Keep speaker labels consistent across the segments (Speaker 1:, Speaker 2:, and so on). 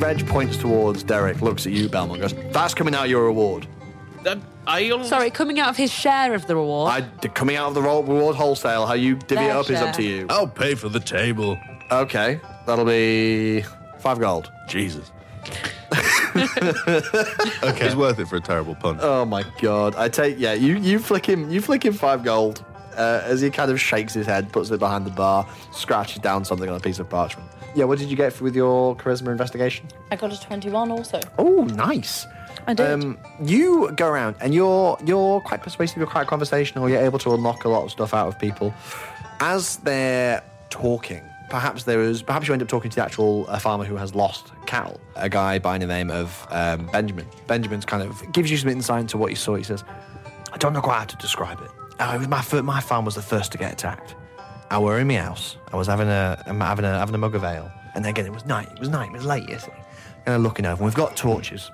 Speaker 1: Reg points towards Derek, looks at you, Belmont, goes, That's coming out of your reward.
Speaker 2: That I almost,
Speaker 3: Sorry, coming out of his share of the reward.
Speaker 1: I, coming out of the ro- reward wholesale, how you divvy it
Speaker 3: Their
Speaker 1: up is up to
Speaker 3: share.
Speaker 1: you.
Speaker 2: I'll pay for the table.
Speaker 1: Okay, that'll be five gold.
Speaker 2: Jesus.
Speaker 4: Okay. It's worth it for a terrible pun.
Speaker 1: Oh my god! I take yeah. You you flick him. You flick him five gold uh, as he kind of shakes his head, puts it behind the bar, scratches down something on a piece of parchment. Yeah. What did you get with your charisma investigation?
Speaker 5: I got a 21 also.
Speaker 1: Oh, nice.
Speaker 5: I did.
Speaker 1: Um, you go around and you're you're quite persuasive. You're quite conversational. You're able to unlock a lot of stuff out of people as they're talking. Perhaps there is. Perhaps you end up talking to the actual uh, farmer who has lost cattle, a guy by the name of um, Benjamin. Benjamin's kind of gives you some insight into what he saw. He says, "I don't know quite how to describe it. Uh, it was my fir- my farm was the first to get attacked. I were in my house. I was having a, I'm having a, having a mug of ale. And again, it was night. It was night. It was late, you see. And I'm looking over. And we've got torches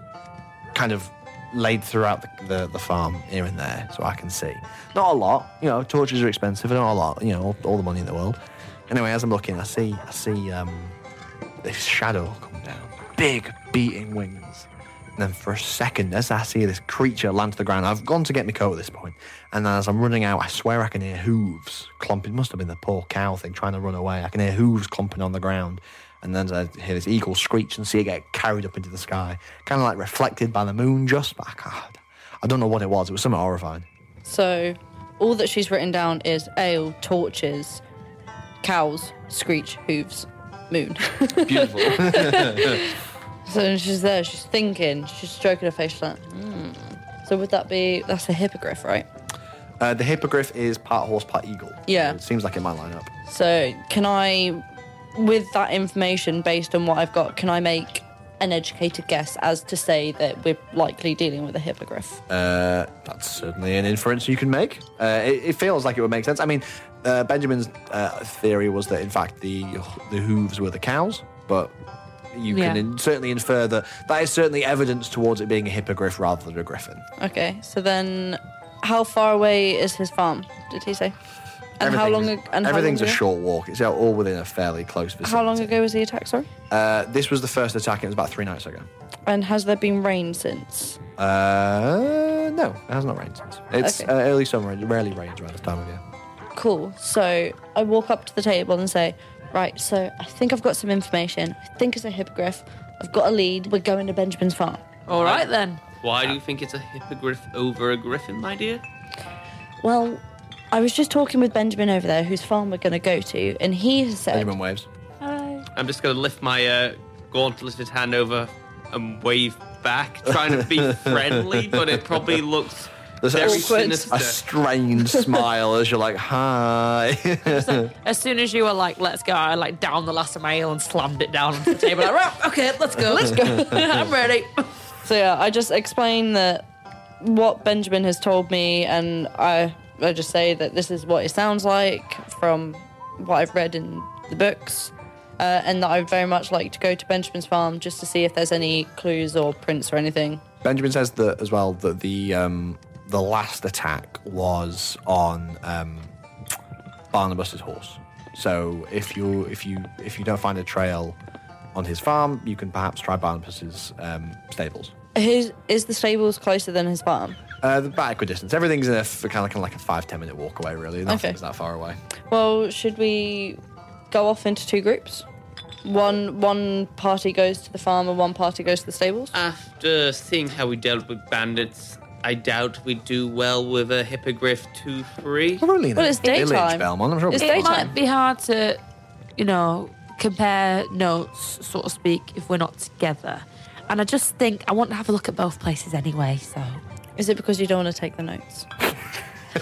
Speaker 1: kind of laid throughout the, the, the farm here and there so I can see. Not a lot. You know, torches are expensive. Not a lot. You know, all, all the money in the world. Anyway, as I'm looking, I see, I see, um, this shadow come down, big beating wings. And then for a second, as I see this creature land to the ground, I've gone to get my coat at this point, And then as I'm running out, I swear I can hear hooves clomping. Must have been the poor cow thing trying to run away. I can hear hooves clomping on the ground. And then I hear this eagle screech and see it get carried up into the sky, kind of like reflected by the moon just. But I, can't- I don't know what it was. It was something horrifying.
Speaker 5: So, all that she's written down is ale, torches, cows, screech, hooves, moon.
Speaker 1: Beautiful.
Speaker 5: so she's there, she's thinking, she's stroking her face she's like, hmm. So would that be, that's a hippogriff, right?
Speaker 1: uh, the hippogriff is part horse, part eagle.
Speaker 5: Yeah.
Speaker 1: It seems like it might line up.
Speaker 5: So can I, with that information based on what I've got, can I make an educated guess as to say that we're likely dealing with a hippogriff?
Speaker 1: Uh, that's certainly an inference you can make. Uh, it, it feels like it would make sense. I mean, uh, Benjamin's uh, theory was that in fact the the hooves were the cows, but you can
Speaker 3: Yeah.
Speaker 1: in, certainly infer that that is certainly evidence towards it being a hippogriff rather than a griffin.
Speaker 5: Okay, so then how far away is his farm? Did he say? And how long?
Speaker 1: Everything's-
Speaker 5: ag- And how
Speaker 1: everything's
Speaker 5: long
Speaker 1: a
Speaker 5: ago?
Speaker 1: short walk. It's all within a fairly close vicinity.
Speaker 5: How long ago was the attack? Sorry.
Speaker 1: Uh, this was the first attack. It was about three nights ago.
Speaker 5: And has there been rain since?
Speaker 1: Uh, no, it has not rained since. It's
Speaker 5: Okay.
Speaker 1: uh, early summer. It rarely rains around this time of year.
Speaker 5: Cool. So I walk up to the table and say, right. So I think I've got some information. I think it's a hippogriff. I've got a lead. We're going to Benjamin's farm.
Speaker 3: All right then.
Speaker 2: Why do you think it's a hippogriff over a griffin, my dear?
Speaker 5: Well, I was just talking with Benjamin over there, whose farm we're going to go to, and he has said,
Speaker 1: Benjamin waves.
Speaker 2: I'm just going to lift my uh, gauntleted hand over and wave back, trying to be friendly, but it probably looks
Speaker 1: There's
Speaker 2: very
Speaker 1: a,
Speaker 2: sinister.
Speaker 1: a strained smile as you're like, hi.
Speaker 3: As soon as you were like, let's go, I like down the last of my ale and slammed it down onto the table. Like, right, okay, let's go, let's go. I'm ready.
Speaker 5: So yeah, I just explain that what Benjamin has told me, and I I just say that this is what it sounds like from what I've read in the books, uh, and that I would very much like to go to Benjamin's farm just to see if there's any clues or prints or anything.
Speaker 1: Benjamin says that as well that the um, the last attack was on um, Barnabas's horse. So if you if you if you don't find a trail on his farm, you can perhaps try Barnabas's um, stables.
Speaker 5: His, is the stables closer than his farm?
Speaker 1: Uh, the about equidistance. Everything's in a f- kind of, kind of like a five ten minute walk away. Really, nothing's that far away.
Speaker 5: Well, should we go off into two groups? One one party goes to the farm and one party goes to the stables.
Speaker 2: After seeing how we dealt with bandits, I doubt we do well with a hippogriff two free.
Speaker 1: Probably
Speaker 5: Well, it's daytime.
Speaker 1: Belmont. I'm sure
Speaker 5: It's
Speaker 1: we-
Speaker 3: It
Speaker 5: daytime.
Speaker 3: might be hard to, you know, compare notes, so to speak, if we're not together. And I just think I want to have a look at both places anyway. So
Speaker 5: Is it because you don't want to take the notes?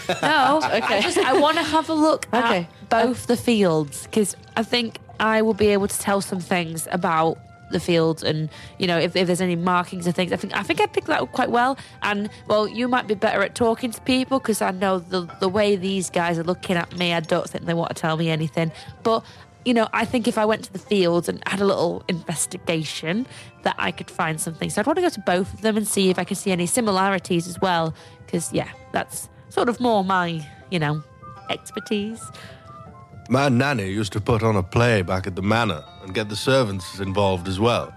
Speaker 3: no,
Speaker 5: Oh, Okay.
Speaker 3: I, just, I want to have a look
Speaker 5: Okay.
Speaker 3: at both the fields because I think I will be able to tell some things about the fields and you know if, if there's any markings and things. I think I think I picked that up quite well. And well, you might be better at talking to people because I know the the way these guys are looking at me, I don't think they want to tell me anything. But you know, I think if I went to the fields and had a little investigation, that I could find something. So I'd want to go to both of them and see if I can see any similarities as well. Because yeah, that's sort of more my you know expertise.
Speaker 4: My nanny used to put on a play back at the manor and get the servants involved as well.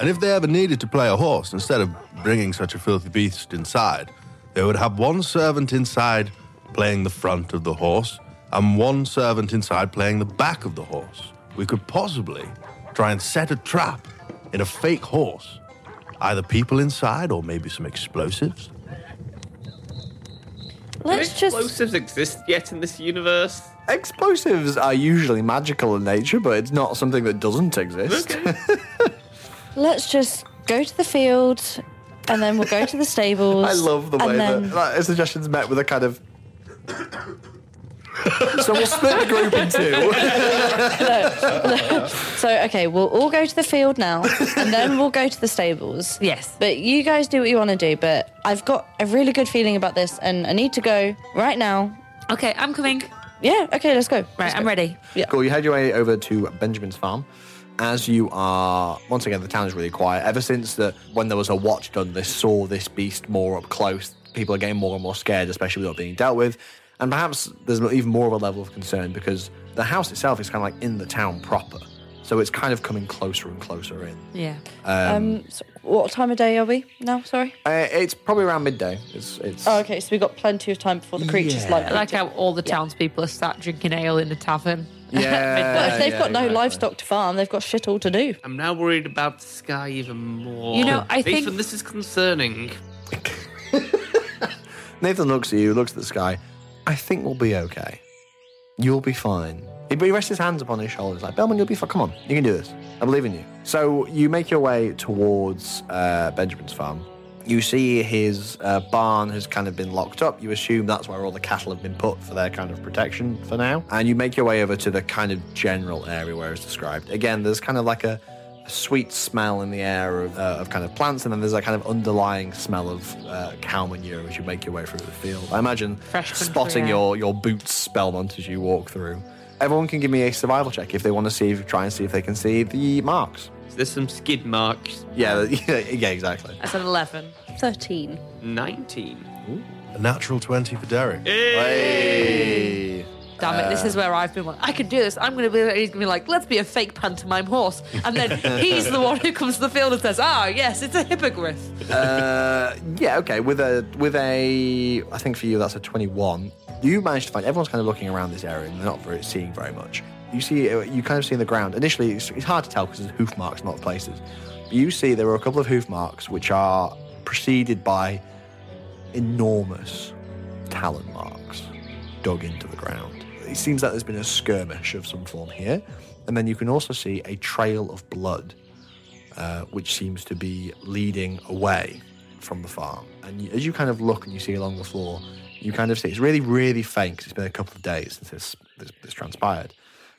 Speaker 4: And if they ever needed to play a horse, instead of bringing such a filthy beast inside, they would have one servant inside playing the front of the horse and one servant inside playing the back of the horse. We could possibly try and set a trap in a fake horse, either people inside or maybe some explosives.
Speaker 5: Let's
Speaker 2: Do
Speaker 5: just.
Speaker 2: explosives exist yet in this universe?
Speaker 1: Explosives are usually magical in nature, but it's not something that doesn't exist.
Speaker 2: Okay.
Speaker 5: Let's just go to the field, and then we'll go to the stables.
Speaker 1: I love the way
Speaker 5: and then,
Speaker 1: that, that suggestion's met with a kind of. so we'll split the group in two.
Speaker 5: So okay, we'll all go to the field now, and then we'll go to the stables.
Speaker 3: Yes.
Speaker 5: But you guys do what you want to do. But I've got a really good feeling about this, and I need to go right now.
Speaker 3: Okay, I'm coming.
Speaker 5: Yeah. Okay. Let's go.
Speaker 3: Right,
Speaker 5: Let's
Speaker 3: I'm
Speaker 5: go.
Speaker 3: ready.
Speaker 1: cool. You head your way over to Benjamin's farm. As you are, once again, the town is really quiet. Ever since that, when there was a watch done, they saw this beast more up close. People are getting more and more scared, especially without being dealt with. And perhaps there's even more of a level of concern because the house itself is kind of like in the town proper. So it's kind of coming closer and closer in.
Speaker 3: Yeah.
Speaker 5: Um. so what time of day are we now? Sorry.
Speaker 1: Uh, it's probably around midday. It's, it's
Speaker 5: Oh, okay. So we've got plenty of time before the creatures
Speaker 1: Yeah.
Speaker 5: like.
Speaker 3: Like how all the townspeople are sat drinking ale in the tavern.
Speaker 1: Yeah.
Speaker 5: Well, if they've
Speaker 1: yeah,
Speaker 5: got no
Speaker 1: exactly.
Speaker 5: livestock to farm, they've got shit all to do.
Speaker 2: I'm now worried about the sky even more.
Speaker 3: You know, I
Speaker 2: Nathan,
Speaker 3: think-
Speaker 2: this is concerning.
Speaker 1: Nathan looks at you, looks at the sky. I think we'll be okay. You'll be fine. He, but he rests his hands upon his shoulders, like, Bellman, you'll be fine. Come on, you can do this. I believe in you. So you make your way towards uh, Benjamin's farm. You see his uh, barn has kind of been locked up. You assume that's where all the cattle have been put for their kind of protection for now. And you make your way over to the kind of general area where it's described. Again, there's kind of like a, a sweet smell in the air of, uh, of kind of plants, and then there's a kind of underlying smell of uh, cow manure as you make your way through the field. I imagine
Speaker 3: Fresh country
Speaker 1: spotting
Speaker 3: air.
Speaker 1: your, your boots, Belmont, as you walk through. Everyone can give me a survival check if they want to see, try and see if they can see the marks.
Speaker 2: Is there some skid marks?
Speaker 1: Yeah, yeah, yeah, exactly.
Speaker 3: That's an 11.
Speaker 5: Thirteen.
Speaker 2: 19.
Speaker 4: A natural 20 for Derek.
Speaker 1: Hey.
Speaker 3: Damn it, this is where I've been. wa- I can do this. I'm going to be he's gonna be like, let's be a fake pantomime horse. And then he's the one who comes to the field and says, ah, yes, it's a hippogriff.
Speaker 1: Uh, yeah, okay. With a with a, I think for you that's a twenty-one. You manage to find everyone's kind of looking around this area and they're not very, seeing very much. You see, uh, you kind of see in the ground. Initially, it's, it's hard to tell because there's hoof marks, not places. But you see there are a couple of hoof marks which are preceded by enormous talon marks dug into the ground. It seems like there's been a skirmish of some form here, and then you can also see a trail of blood uh, which seems to be leading away from the farm. And you, as you kind of look and you see along the floor, you kind of see it's really, really faint 'cause it's been a couple of days since this this, this transpired.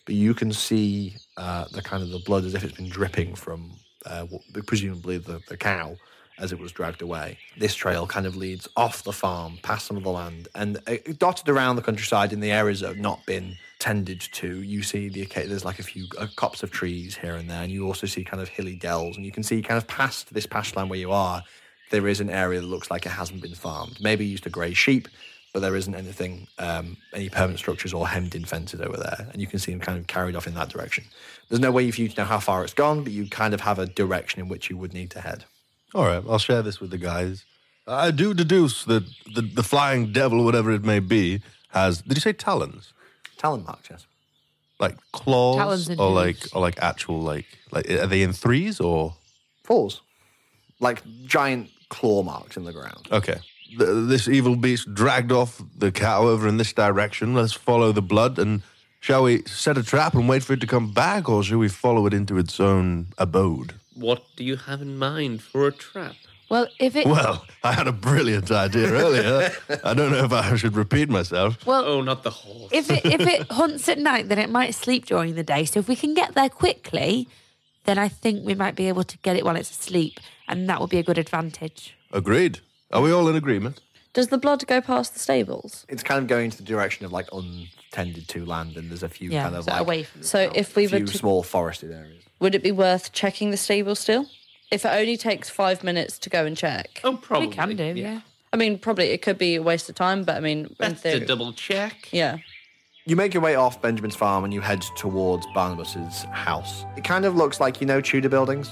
Speaker 1: But you can see uh, the kind of the blood as if it's been dripping from uh, what, presumably the, the cow as it was dragged away. This trail kind of leads off the farm, past some of the land, and uh, dotted around the countryside in the areas that have not been tended to. You see the occa- there's like a few uh, cops of trees here and there, and you also see kind of hilly dells, and you can see kind of past this pasture land where you are, there is an area that looks like it hasn't been farmed. Maybe used to graze sheep, but there isn't anything, um, any permanent structures or hemmed in fences over there. And you can see them kind of carried off in that direction. There's no way for you to know how far it's gone, but you kind of have a direction in which you would need to head.
Speaker 4: All right, I'll share this with the guys. I do deduce that the, the flying devil, whatever it may be, has. Did you say talons?
Speaker 1: Talon marked, yes.
Speaker 4: Like claws,
Speaker 3: Talons and
Speaker 4: or
Speaker 3: hooves.
Speaker 4: like or like actual like like are they in threes or
Speaker 1: Falls. Like giant claw marks in the ground.
Speaker 4: okay? Th this evil beast dragged off the cow over in this direction. Let's follow the blood and shall we set a trap and wait for it to come back, or shall we follow it into its own abode?
Speaker 2: What do you have in mind for a trap?
Speaker 3: Well, if it.
Speaker 4: Well, I had a brilliant idea earlier. I don't know if I should repeat myself.
Speaker 3: well,
Speaker 2: Oh, not the horse.
Speaker 3: if it if it hunts at night, then it might sleep during the day. So if we can get there quickly, then I think we might be able to get it while it's asleep, and that would be a good advantage.
Speaker 4: Agreed. Are we all in agreement?
Speaker 5: Does the blood go past the stables?
Speaker 1: It's kind of going to the direction of like untended to land, and there's a few
Speaker 3: Yeah,
Speaker 1: kind of
Speaker 3: so
Speaker 1: like
Speaker 3: away from.
Speaker 5: So if we were
Speaker 1: few
Speaker 5: to
Speaker 1: small forested areas.
Speaker 5: Would it be worth checking the stable still? If it only takes five minutes to go and check.
Speaker 2: oh, probably.
Speaker 3: we can do, yeah.
Speaker 5: I mean, probably it could be a waste of time, but I mean, in
Speaker 2: That's to
Speaker 5: theory.
Speaker 2: double check.
Speaker 5: Yeah.
Speaker 1: You make your way off Benjamin's farm and you head towards Barnabas's house. It kind of looks like you know Tudor buildings.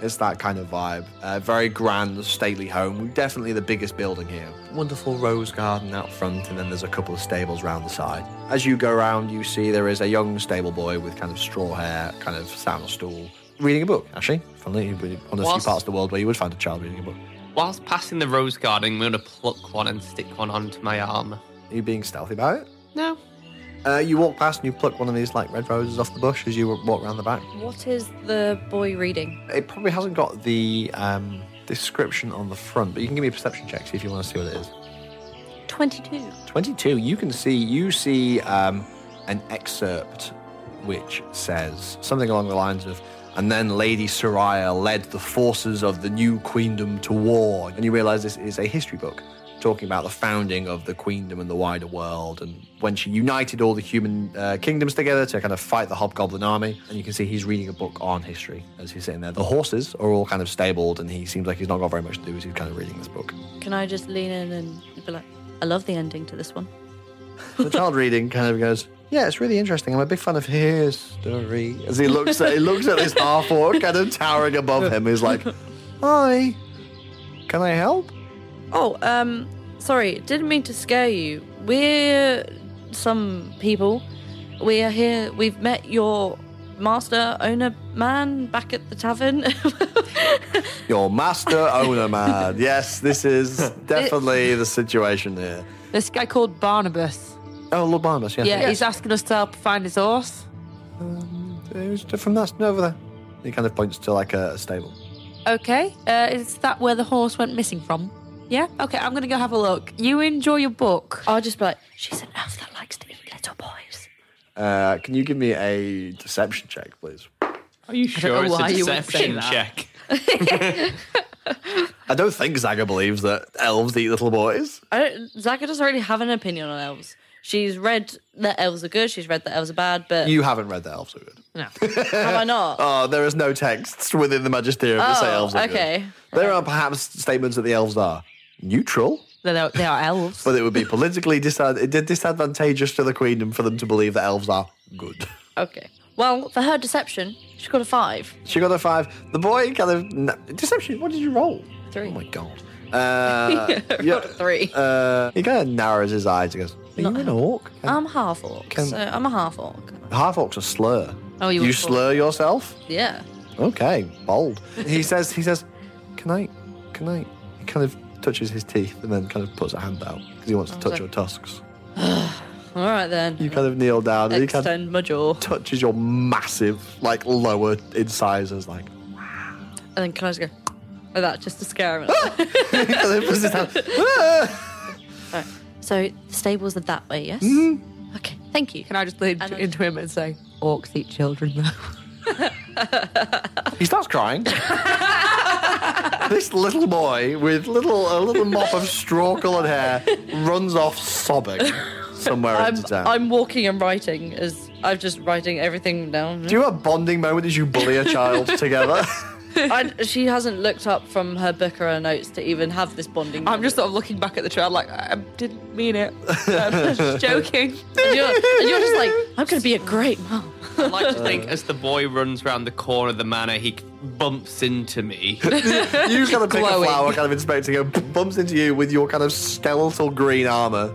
Speaker 1: It's that kind of vibe. A very grand, stately home. Definitely the biggest building here. Wonderful rose garden out front, and then there's a couple of stables round the side. As you go round, you see there is a young stable boy with kind of straw hair, kind of sat on a stool, reading a book, actually. Funnily, one of the few
Speaker 2: Whilst-
Speaker 1: parts of the world where you would find a child reading a book.
Speaker 2: Whilst passing the rose garden, I'm going to pluck one and stick one onto my arm.
Speaker 1: Are you being stealthy about it?
Speaker 2: No.
Speaker 1: Uh, you walk past and you pluck one of these like red roses off the bush as you walk round the back.
Speaker 5: What is the boy reading?
Speaker 1: It probably hasn't got the um, description on the front, but you can give me a perception check, see if you want to see what it is.
Speaker 5: 22.
Speaker 1: 22 you can see you see um, an excerpt which says something along the lines of and then lady soraya led the forces of the new queendom to war and you realize this is a history book talking about the founding of the queendom and the wider world and when she united all the human uh, kingdoms together to kind of fight the hobgoblin army and you can see he's reading a book on history as he's sitting there the horses are all kind of stabled and he seems like he's not got very much to do as he's kind of reading this book
Speaker 5: Can I just lean in and be like, I love the ending to this one.
Speaker 1: the child reading kind of goes, "Yeah, it's really interesting. I'm a big fan of history." As he looks at he looks at this half orc kind of towering above him, he's like, "Hi, can I help?"
Speaker 5: Oh, um, sorry, didn't mean to scare you. We're some people. We are here. We've met your master, owner, man back at the tavern.
Speaker 1: Your master owner man. Yes, this is definitely the situation here.
Speaker 3: This guy called Barnabas.
Speaker 1: Oh, Lord Barnabas. Yes.
Speaker 3: Yeah, he's asking us to help find his horse.
Speaker 1: Who's from that over there? He kind of points to like a stable.
Speaker 3: Okay, uh, is that where the horse went missing from? Yeah. Okay, I'm gonna go have a look. You enjoy your book.
Speaker 5: I'll just be like, she's an elf that likes to eat little boys.
Speaker 1: Uh, can you give me a deception check, please?
Speaker 2: Are you
Speaker 5: know
Speaker 2: sure it's
Speaker 5: why
Speaker 2: a
Speaker 5: you would say
Speaker 2: deception
Speaker 5: that.
Speaker 2: check?
Speaker 1: I don't think Zaga believes that elves eat little boys.
Speaker 5: I don't, Zaka doesn't really have an opinion on elves. She's read that elves are good. She's read that elves are bad. But
Speaker 1: You haven't read the elves, are good.
Speaker 3: No.
Speaker 5: have I not?
Speaker 1: Oh, there is no texts within the Magisterium that say
Speaker 5: Oh,
Speaker 1: elves are good.
Speaker 5: okay.
Speaker 1: There are perhaps statements that the elves are neutral,
Speaker 3: they are, they are elves.
Speaker 1: but it would be politically disad- disadvantageous to the Queendom for them to believe that elves are good.
Speaker 5: Okay. Well, for her deception, she got a five.
Speaker 1: She got a five. The boy kind of n- deception. What did you roll?
Speaker 5: Three.
Speaker 1: Oh my god. Uh, yeah,
Speaker 5: Got a three.
Speaker 1: uh, he kind of narrows his eyes. He goes, "Are you an orc?
Speaker 5: I'm half orc.
Speaker 1: Can-
Speaker 5: so I'm a half orc.
Speaker 1: Half orcs are slur.
Speaker 3: Oh, you
Speaker 1: you
Speaker 3: were-
Speaker 1: slur yourself?
Speaker 5: Yeah.
Speaker 1: Okay, bold. He says, he says, can I, can I? He kind of touches his teeth and then kind of puts a hand out because he wants to touch
Speaker 5: like-
Speaker 1: your tusks.
Speaker 5: All right then.
Speaker 1: You kind of kneel down and he kind of
Speaker 5: Extend my jaw.
Speaker 1: touches your massive, like lower incisors, like.
Speaker 5: And then can I just go like that just to scare him?
Speaker 1: Ah! He kind of puts his hand- Ah!
Speaker 5: so the stables are that way, yes?
Speaker 1: Mm-hmm.
Speaker 5: Okay, thank you.
Speaker 3: Can I just lean
Speaker 5: I know.
Speaker 3: into him and say, orcs eat children though?
Speaker 1: he starts crying. this little boy with little a little mop of straw-colored hair runs off sobbing somewhere
Speaker 5: I'm,
Speaker 1: into town.
Speaker 5: I'm walking and writing as I'm just writing everything down.
Speaker 1: Do you have a bonding moment as you bully a child together?
Speaker 5: I, she hasn't looked up from her book or her notes to even have this bonding.
Speaker 3: I'm just
Speaker 5: moment.
Speaker 3: sort of looking back at the child like I didn't mean it. I'm just joking.
Speaker 5: And you're, and you're just like, I'm going to be a great mom.
Speaker 2: I like to
Speaker 5: Uh.
Speaker 2: think as the boy runs round the corner of the manor, he bumps into me.
Speaker 1: You kind of pick a
Speaker 3: Glowing.
Speaker 1: flower, kind of inspecting it, bumps into you with your kind of skeletal green armor.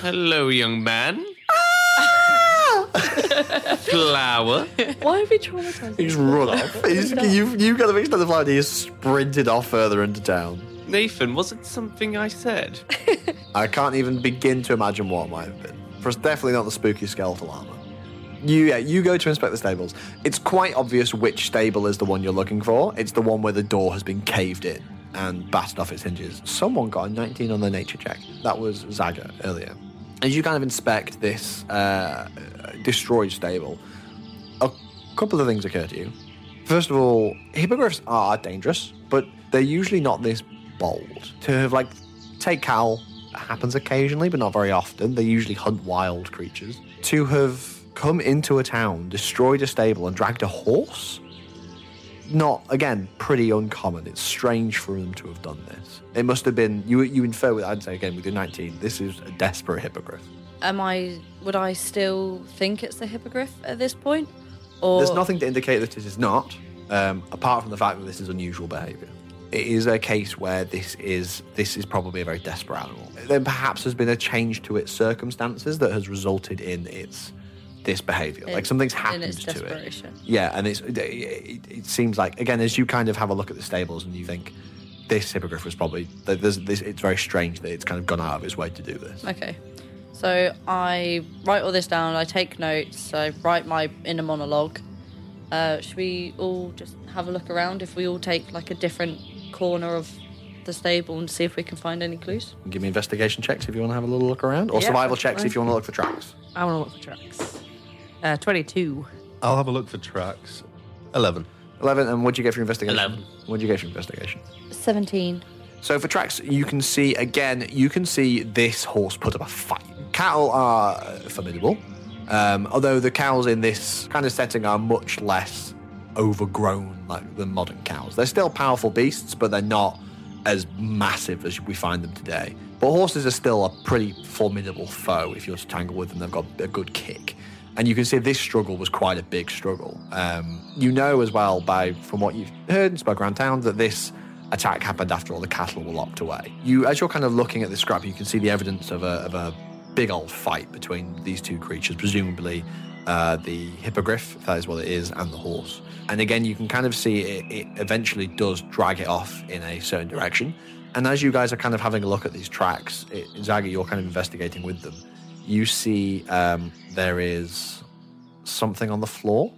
Speaker 2: Hello, young man.
Speaker 5: Ah!
Speaker 2: Flower.
Speaker 5: Why are we traumatized?
Speaker 1: He's run off. He's, you, you kind of extend the flower and he's sprinted off further into town.
Speaker 2: Nathan, was it something I said?
Speaker 1: I can't even begin to imagine what it might have been. For it's definitely not the spooky skeletal armor. You, yeah, you go to inspect the stables. It's quite obvious which stable is the one you're looking for. It's the one where the door has been caved in and battered off its hinges. Someone got a 19 on their nature check. That was Zaga earlier. As you kind of inspect this uh, destroyed stable, a couple of things occur to you. First of all, hippogriffs are dangerous, but they're usually not this bold. To have like take cow happens occasionally, but not very often. They usually hunt wild creatures. To have come into a town, destroyed a stable, and dragged a horse not again pretty uncommon. It's strange for them to have done this. It must have been you. You infer with I'd say again with your nineteen. This is a desperate hippogriff.
Speaker 5: Am I? Would I still think it's the hippogriff at this point? Or
Speaker 1: There's nothing to indicate that it is not. um, apart from the fact that this is unusual behaviour. It is a case where this is this is probably a very desperate animal. Then perhaps there's been a change to its circumstances that has resulted in its this behaviour. Like something's
Speaker 5: in
Speaker 1: happened
Speaker 5: its
Speaker 1: to it.
Speaker 5: desperation.
Speaker 1: Yeah, and it's it, it, it seems like again as you kind of have a look at the stables and you think this hippogriff was probably th- there's this. It's very strange that it's kind of gone out of its way to do this.
Speaker 5: Okay. So I write all this down. I take notes. I write my inner monologue. Uh, should we all just have a look around? If we all take like a different corner of the stable and see if we can find any clues.
Speaker 1: Give me investigation checks if you want to have a little look around, or
Speaker 5: Yeah,
Speaker 1: survival
Speaker 5: that's
Speaker 1: checks
Speaker 5: fine.
Speaker 1: if you want to look for tracks.
Speaker 3: I want to look for tracks. Uh, 22.
Speaker 4: I'll have a look for tracks. 11.
Speaker 1: 11, and what'd you get for your investigation?
Speaker 2: 11.
Speaker 1: What'd you get for your investigation?
Speaker 5: Seventeen.
Speaker 1: So for tracks, you can see, again, you can see this horse put up a fight. Cattle are uh, formidable, um, although the cows in this kind of setting are much less overgrown like than modern cows. They're still powerful beasts, but they're not as massive as we find them today. But horses are still a pretty formidable foe if you're to tangle with them. They've got a good kick. And you can see this struggle was quite a big struggle. Um, you know as well by from what you've heard and spoke around town that this attack happened after all the cattle were locked away. You, as you're kind of looking at this scrap, you can see the evidence of a, of a big old fight between these two creatures, presumably uh, the hippogriff, if that is what it is, and the horse. And again, you can kind of see it, it eventually does drag it off in a certain direction. And as you guys are kind of having a look at these tracks, it, Zaggy, you're kind of investigating with them. You see um, there is something on the floor,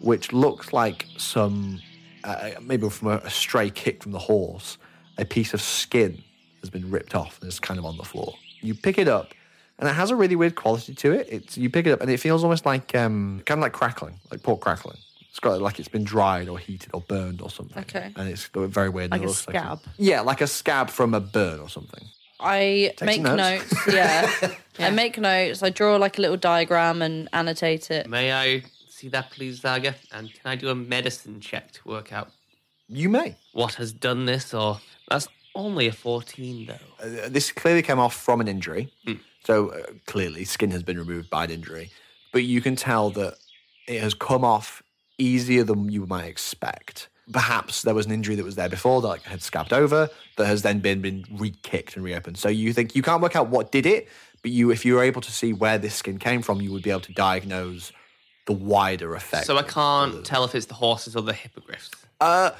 Speaker 1: which looks like some, uh, maybe from a, a stray kick from the horse, a piece of skin has been ripped off and is kind of on the floor. You pick it up, and it has a really weird quality to it. It's you pick it up, and it feels almost like um, kind of like crackling, like pork crackling. It's got like it's been dried or heated or burned or something.
Speaker 5: Okay.
Speaker 1: and it's very weird. and
Speaker 3: Like
Speaker 1: it
Speaker 3: a
Speaker 1: looks
Speaker 3: scab.
Speaker 1: yeah, like a scab from a burn or something.
Speaker 5: I
Speaker 1: some
Speaker 5: make
Speaker 1: notes.
Speaker 5: notes. Yeah. I make notes. I draw like a little diagram and annotate it.
Speaker 2: May I see that, please, Zaga? And can I do a medicine check to work out
Speaker 1: You may.
Speaker 2: what has done this? Or that's only a fourteen, though.
Speaker 1: Uh, this clearly came off from an injury.
Speaker 2: Hmm.
Speaker 1: So uh, clearly, skin has been removed by an injury. But you can tell that it has come off easier than you might expect. Perhaps there was an injury that was there before that like, had scabbed over that has then been been re-kicked and reopened. So you think you can't work out what did it, but you if you were able to see where this skin came from, you would be able to diagnose the wider effect.
Speaker 2: So I can't tell if it's the horses or the hippogriffs.
Speaker 1: Uh,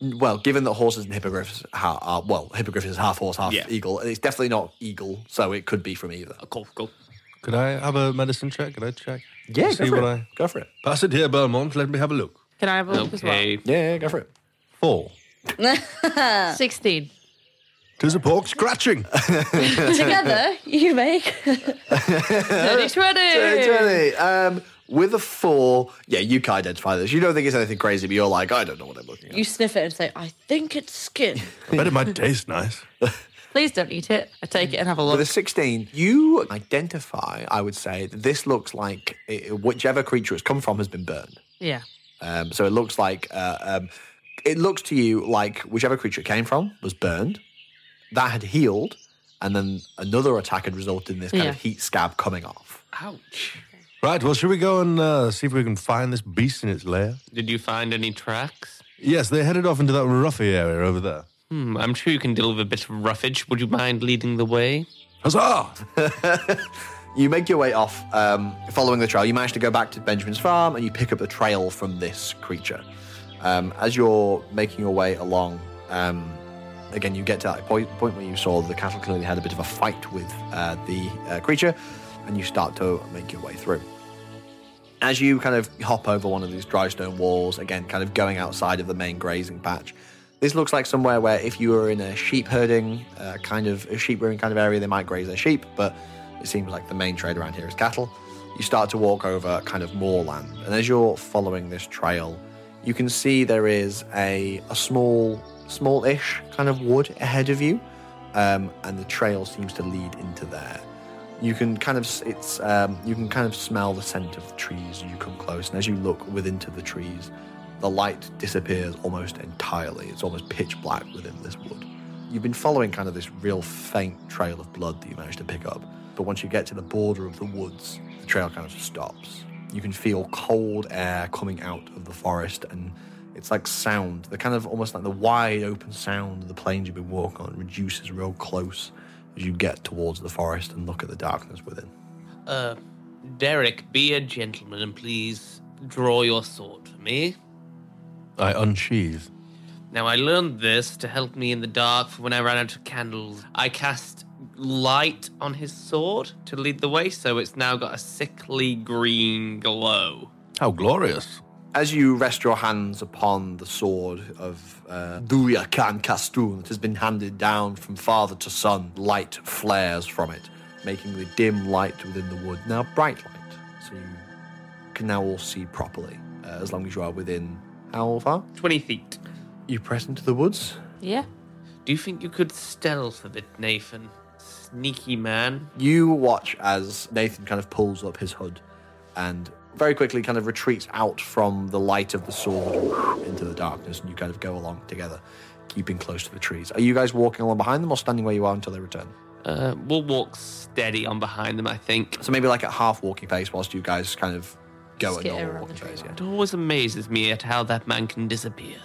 Speaker 1: well, given that horses and hippogriffs ha- are well, hippogriff is half horse, half
Speaker 2: Yeah.
Speaker 1: eagle, and it's definitely not eagle, so it could be from either.
Speaker 2: Oh, cool, cool.
Speaker 4: Could I have a medicine check? Could I check?
Speaker 1: Yeah, go
Speaker 4: See
Speaker 1: for
Speaker 4: what
Speaker 1: it.
Speaker 4: I.
Speaker 1: Go for it.
Speaker 4: Pass it here, Belmont. Let me have a look.
Speaker 3: Can I have a look
Speaker 2: Okay.
Speaker 1: Yeah, yeah, go for it.
Speaker 4: Four.
Speaker 3: as well? 16.
Speaker 4: Tis a pork scratching.
Speaker 5: Together, you make
Speaker 3: 20.
Speaker 1: Twenty. Um, with a four, yeah, you can identify this. You don't think it's anything crazy, but you're like, I don't know what I'm looking at.
Speaker 5: You sniff it and say, "I think it's skin."
Speaker 4: I bet it might taste nice.
Speaker 3: Please don't eat it. I take it and have a
Speaker 1: With
Speaker 3: look.
Speaker 1: a 16, you identify, I would say, that this looks like it, whichever creature it's come from has been burned.
Speaker 3: Yeah.
Speaker 1: Um, so it looks like uh, um, it looks to you like whichever creature it came from was burned, that had healed, and then another attack had resulted in this kind of
Speaker 3: Yeah.
Speaker 1: heat scab coming off.
Speaker 2: Ouch.
Speaker 4: Right, well, should we go and uh, see if we can find this beast in its lair?
Speaker 2: Did you find any tracks?
Speaker 4: Yes, they headed off into that roughy area over there.
Speaker 2: Hmm, I'm sure you can deal with a bit of roughage. Would you mind leading the way?
Speaker 4: Huzzah!
Speaker 1: You make your way off um, following the trail. You manage to go back to Benjamin's farm and you pick up the trail from this creature. Um, as you're making your way along, um, again, you get to that point, point where you saw the cattle clearly had a bit of a fight with uh, the uh, creature, and you start to make your way through. as you kind of hop over one of these dry stone walls, again, kind of going outside of the main grazing patch, this looks like somewhere where if you were in a sheep herding uh, kind of a sheep rearing kind of area, they might graze their sheep, but it seems like the main trade around here is cattle. You start to walk over kind of moorland, and as you're following this trail, you can see there is a, a small, small-ish kind of wood ahead of you, um, and the trail seems to lead into there you can kind of s- it's um, you can kind of smell the scent of the trees as you come close and as you look within to the trees the light disappears almost entirely it's almost pitch black within this wood you've been following kind of this real faint trail of blood that you managed to pick up but once you get to the border of the woods the trail kind of stops you can feel cold air coming out of the forest and It's like sound. The kind of almost like the wide open sound of the plains you've been walking on reduces real close as you get towards the forest and look at the darkness within.
Speaker 2: Uh, Derek, be a gentleman and please draw your sword for me.
Speaker 4: I unsheathe.
Speaker 2: Now, I learned this to help me in the dark for when I ran out of candles. I cast light on his sword to lead the way, so it's now got a sickly green glow.
Speaker 4: How glorious.
Speaker 1: As you rest your hands upon the sword of uh, Duria Khan Kastun that has been handed down from father to son, light flares from it, making the dim light within the wood now bright light. So you can now all see properly, uh, as long as you are within how far?
Speaker 2: 20 feet.
Speaker 1: You press into the woods.
Speaker 3: Yeah.
Speaker 2: Do you think you could stealth a bit, Nathan? Sneaky man.
Speaker 1: You watch as Nathan kind of pulls up his hood and very quickly kind of retreats out from the light of the sword into the darkness, and you kind of go along together, keeping close to the trees. Are you guys walking along behind them or standing where you are until they return?
Speaker 2: Uh, we'll walk steady on behind them, I think.
Speaker 1: So maybe like at half walking pace whilst you guys kind of go at
Speaker 3: Skitter
Speaker 1: normal
Speaker 3: around
Speaker 1: walking
Speaker 3: the tree
Speaker 1: pace. Yeah.
Speaker 2: It always amazes me at how that man can disappear.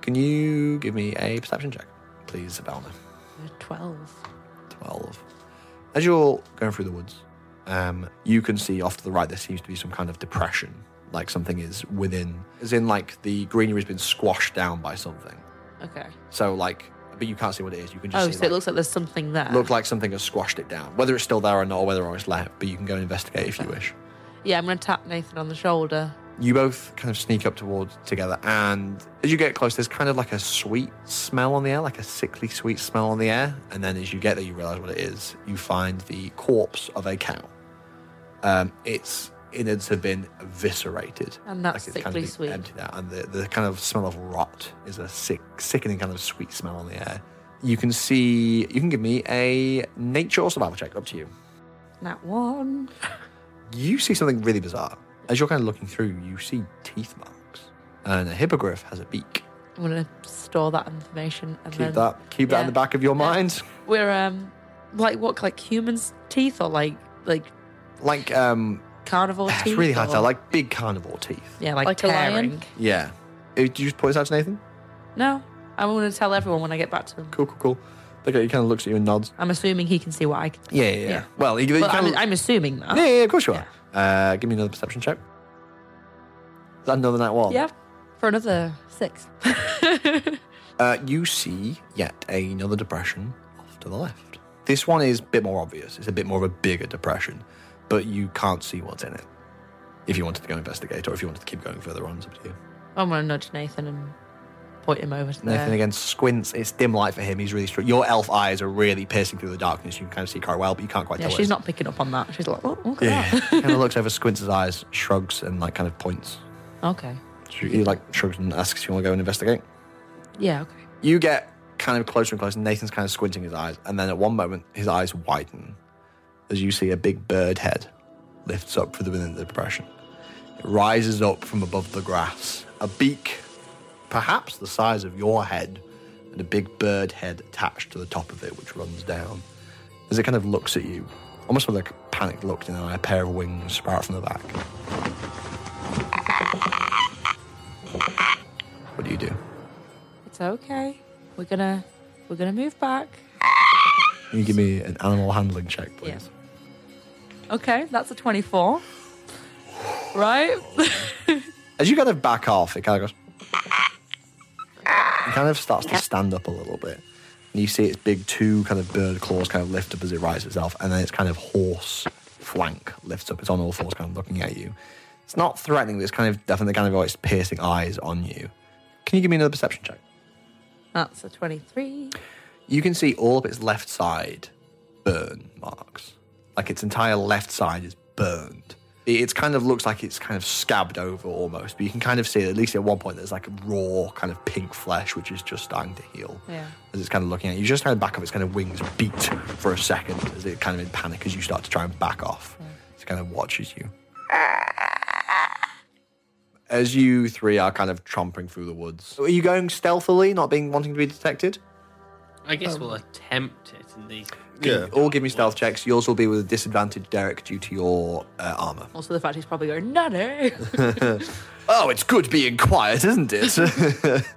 Speaker 1: Can you give me a perception check, please, Abalna?
Speaker 3: 12.
Speaker 1: 12. As you're going through the woods, um, you can see off to the right there seems to be some kind of depression, like something is within, as in like the greenery has been squashed down by something.
Speaker 3: Okay.
Speaker 1: So like, but you can't see what it is. You can just
Speaker 3: Oh,
Speaker 1: see,
Speaker 3: so
Speaker 1: like,
Speaker 3: it looks like there's something there.
Speaker 1: look like something has squashed it down. Whether it's still there or not, or whether or it's left, but you can go and investigate if you wish.
Speaker 3: Yeah, I'm going to tap Nathan on the shoulder.
Speaker 1: You both kind of sneak up towards together, and as you get close, there's kind of like a sweet smell on the air, like a sickly sweet smell on the air. And then as you get there, you realize what it is. You find the corpse of a cow. Um, its innards have been eviscerated,
Speaker 3: And that's
Speaker 1: it's kind
Speaker 3: sickly
Speaker 1: of been
Speaker 3: sweet.
Speaker 1: Emptied out, and the, the kind of smell of rot is a sick, sickening kind of sweet smell on the air. You can see. You can give me a nature or survival check. Up to you
Speaker 3: That one.
Speaker 1: you see something really bizarre. As you're kind of looking through, you see teeth marks, and a hippogriff has a beak.
Speaker 3: I'm going to store that information. And
Speaker 1: Keep
Speaker 3: then
Speaker 1: that, keep that in the
Speaker 3: yeah.
Speaker 1: back of your
Speaker 3: Yeah.
Speaker 1: mind.
Speaker 3: We're, um, like, what, like humans' teeth or like, like
Speaker 1: Like, um,
Speaker 3: carnivore teeth?
Speaker 1: it's really hard to
Speaker 3: or-
Speaker 1: tell. Like big carnivore teeth.
Speaker 3: yeah, like,
Speaker 5: Like a lion?
Speaker 3: tearing.
Speaker 1: Yeah. Uh, Did you just point this out to Nathan?
Speaker 3: No, I'm going to tell everyone when I get back to them.
Speaker 1: Cool, cool, cool. Look, he kind of looks at you and nods.
Speaker 3: I'm assuming he can see what I can.
Speaker 1: Yeah, yeah. yeah.
Speaker 3: Yeah.
Speaker 1: Well, he, he
Speaker 3: Well,
Speaker 1: kind
Speaker 3: I'm,
Speaker 1: of,
Speaker 3: I'm assuming that.
Speaker 1: yeah, yeah, of course you are. Uh, give me another perception check. Is that another nat one?
Speaker 3: Yeah, for another six.
Speaker 1: Uh, you see yet another depression off to the left. This one is a bit more obvious. It's a bit more of a bigger depression, but you can't see what's in it. If you wanted to go investigate, or if you wanted to keep going further on, it's up to you.
Speaker 3: I'm going to nudge Nathan and point him over to
Speaker 1: Nathan
Speaker 3: there.
Speaker 1: again squints. It's dim light for him. He's really struck. Your elf eyes are really piercing through the darkness. You can kind of see quite well, but you can't quite
Speaker 3: Yeah,
Speaker 1: tell.
Speaker 3: she's
Speaker 1: what
Speaker 3: not picking up on that. She's like, oh, look
Speaker 1: it
Speaker 3: at
Speaker 1: is.
Speaker 3: that.
Speaker 1: Yeah. kind of looks over, squints his eyes, shrugs, and like kind of points.
Speaker 3: Okay.
Speaker 1: He like shrugs and asks if you want to go and investigate.
Speaker 3: Yeah, okay.
Speaker 1: you get kind of closer and closer. and Nathan's kind of squinting his eyes, and then at one moment, his eyes widen as you see a big bird head lifts up from within the depression. It rises up from above the grass, a beak perhaps the size of your head, and a big bird head attached to the top of it, which runs down. As it kind of looks at you, almost with like a panicked look, and then a pair of wings sprout from the back. What do you do?
Speaker 3: It's okay. We're gonna we're gonna move back.
Speaker 1: Can you give me an animal handling check, please?
Speaker 3: Yeah. Okay, that's a twenty-four. Right?
Speaker 1: As you kind of back off, it kind of goes. It kind of starts to stand up a little bit. And you see its big two kind of bird claws kind of lift up as it rises itself. And then its kind of horse flank lifts up. It's on all fours, kind of looking at you. It's not threatening, but it's kind of definitely kind of got its piercing eyes on you. Can you give me another perception check?
Speaker 3: That's a twenty-three.
Speaker 1: you can see all of its left side burn marks. Like its entire left side is burned. It it's kind of looks like it's kind of scabbed over almost, but you can kind of see at least at one point there's like raw kind of pink flesh which is just starting to heal.
Speaker 3: Yeah.
Speaker 1: As it's kind of looking at you, just kind of back off. Its kind of wings beat for a second as it kind of in panic as you start to try and back off. It kind of watches you as you three are kind of tromping through the woods. Are you going stealthily, not being wanting to be detected?
Speaker 2: I
Speaker 3: Um,
Speaker 2: guess we'll attempt it in the.
Speaker 4: Yeah.
Speaker 1: All give me stealth checks. Yours will be with a disadvantage, Derek, due to your uh, armor.
Speaker 3: Also, the fact he's probably going, no, no.
Speaker 1: Oh, it's good being quiet, isn't it?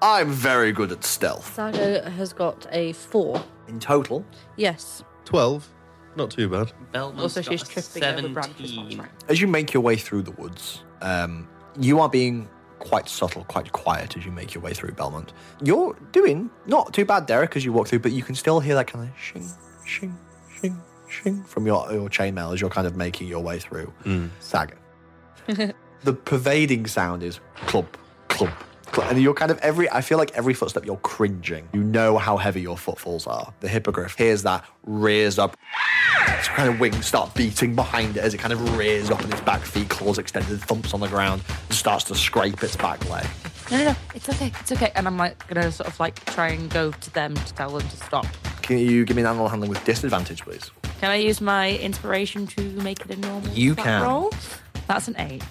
Speaker 1: I'm very good at stealth.
Speaker 5: Saga has got a four.
Speaker 1: In total,
Speaker 5: Yes.
Speaker 4: 12. Not too bad.
Speaker 2: Belmont's
Speaker 3: also,
Speaker 2: got
Speaker 3: she's
Speaker 2: a
Speaker 3: tripping over Bramford's
Speaker 2: seventeen.
Speaker 3: contract.
Speaker 1: as you make your way through the woods, um, you are being quite subtle, quite quiet as you make your way through Belmont. You're doing not too bad, Derek, as you walk through, but you can still hear that kind of shing, shing, shing, shing from your, your chainmail as you're kind of making your way through Saga. the pervading sound is clump, clump, clump. And you're kind of every, I feel like every footstep you're cringing. You know how heavy your footfalls are. The hippogriff hears that, rears up, its kind of wings start beating behind it as it kind of rears up on its back feet, claws extended, thumps on the ground, and starts to scrape its back leg.
Speaker 3: No, no, no. It's okay. It's okay. And I'm like, going to sort of like try and go to them to tell them to stop.
Speaker 1: Can you give me an animal handling with disadvantage, please?
Speaker 3: Can I use my inspiration to make it a normal
Speaker 1: You
Speaker 3: flat
Speaker 1: can.
Speaker 3: roll? That's an eight.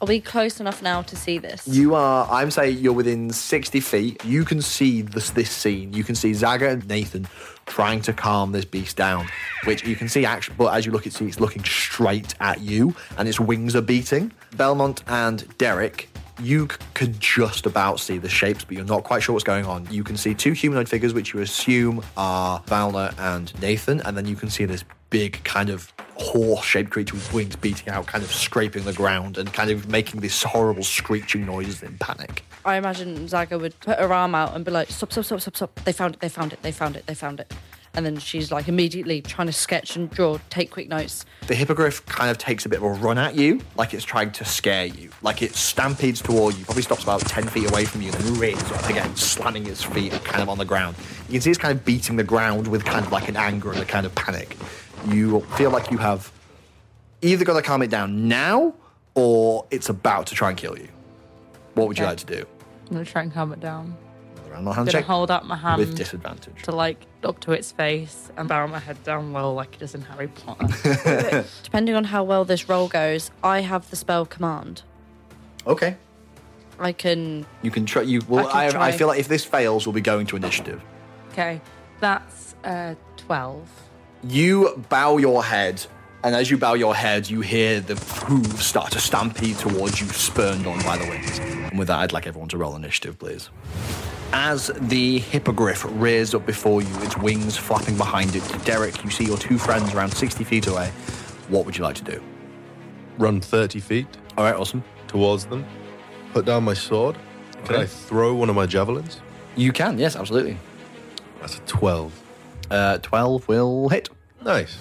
Speaker 5: Are we close enough now to see this?
Speaker 1: You are, I'm saying you're within 60 feet. You can see this, this scene. You can see Zaga and Nathan trying to calm this beast down, which you can see actually, but as you look at see it's looking straight at you and its wings are beating. Belmont and Derek, you c- can just about see the shapes, but you're not quite sure what's going on. You can see two humanoid figures, which you assume are Valna and Nathan, and then you can see this big kind of horse-shaped creature with wings beating out, kind of scraping the ground and kind of making this horrible screeching noises in panic.
Speaker 5: I imagine Zaga would put her arm out and be like, stop, stop, stop, stop, stop. They found it, they found it, they found it, they found it. And then she's like immediately trying to sketch and draw, take quick notes.
Speaker 1: The hippogriff kind of takes a bit of a run at you, like it's trying to scare you. Like it stampedes toward you, probably stops about 10 feet away from you, then rears up again, slamming its feet kind of on the ground. You can see it's kind of beating the ground with kind of like an anger and a kind of panic. You feel like you have either got to calm it down now or it's about to try and kill you. What would you
Speaker 3: Okay.
Speaker 1: like to do?
Speaker 3: I'm going to try and calm it down.
Speaker 1: Another animal
Speaker 3: I'm
Speaker 1: hand
Speaker 3: going
Speaker 1: check
Speaker 3: to hold up my hand
Speaker 1: with disadvantage.
Speaker 3: to like up to its face and bow my head down low like it does in Harry Potter.
Speaker 5: Depending on how well this roll goes, I have the spell command.
Speaker 1: Okay.
Speaker 5: I can.
Speaker 1: You can try. You well,
Speaker 5: can
Speaker 1: I, I,
Speaker 5: try.
Speaker 1: feel like if this fails, we'll be going to initiative.
Speaker 3: okay. That's uh, 12.
Speaker 1: You bow your head, and as you bow your head, you hear the hooves start to stampede towards you, spurned on by the winds. And with that, I'd like everyone to roll initiative, please. As the hippogriff rears up before you, its wings flapping behind it, Derek, you see your two friends around 60 feet away. What would you like to do?
Speaker 4: Run 30 feet
Speaker 1: All right, awesome.
Speaker 4: towards them. Put down my sword. Can
Speaker 1: Okay.
Speaker 4: I throw one of my javelins?
Speaker 1: You can, yes, absolutely.
Speaker 4: That's a 12.
Speaker 1: Uh, 12 will hit.
Speaker 4: Nice.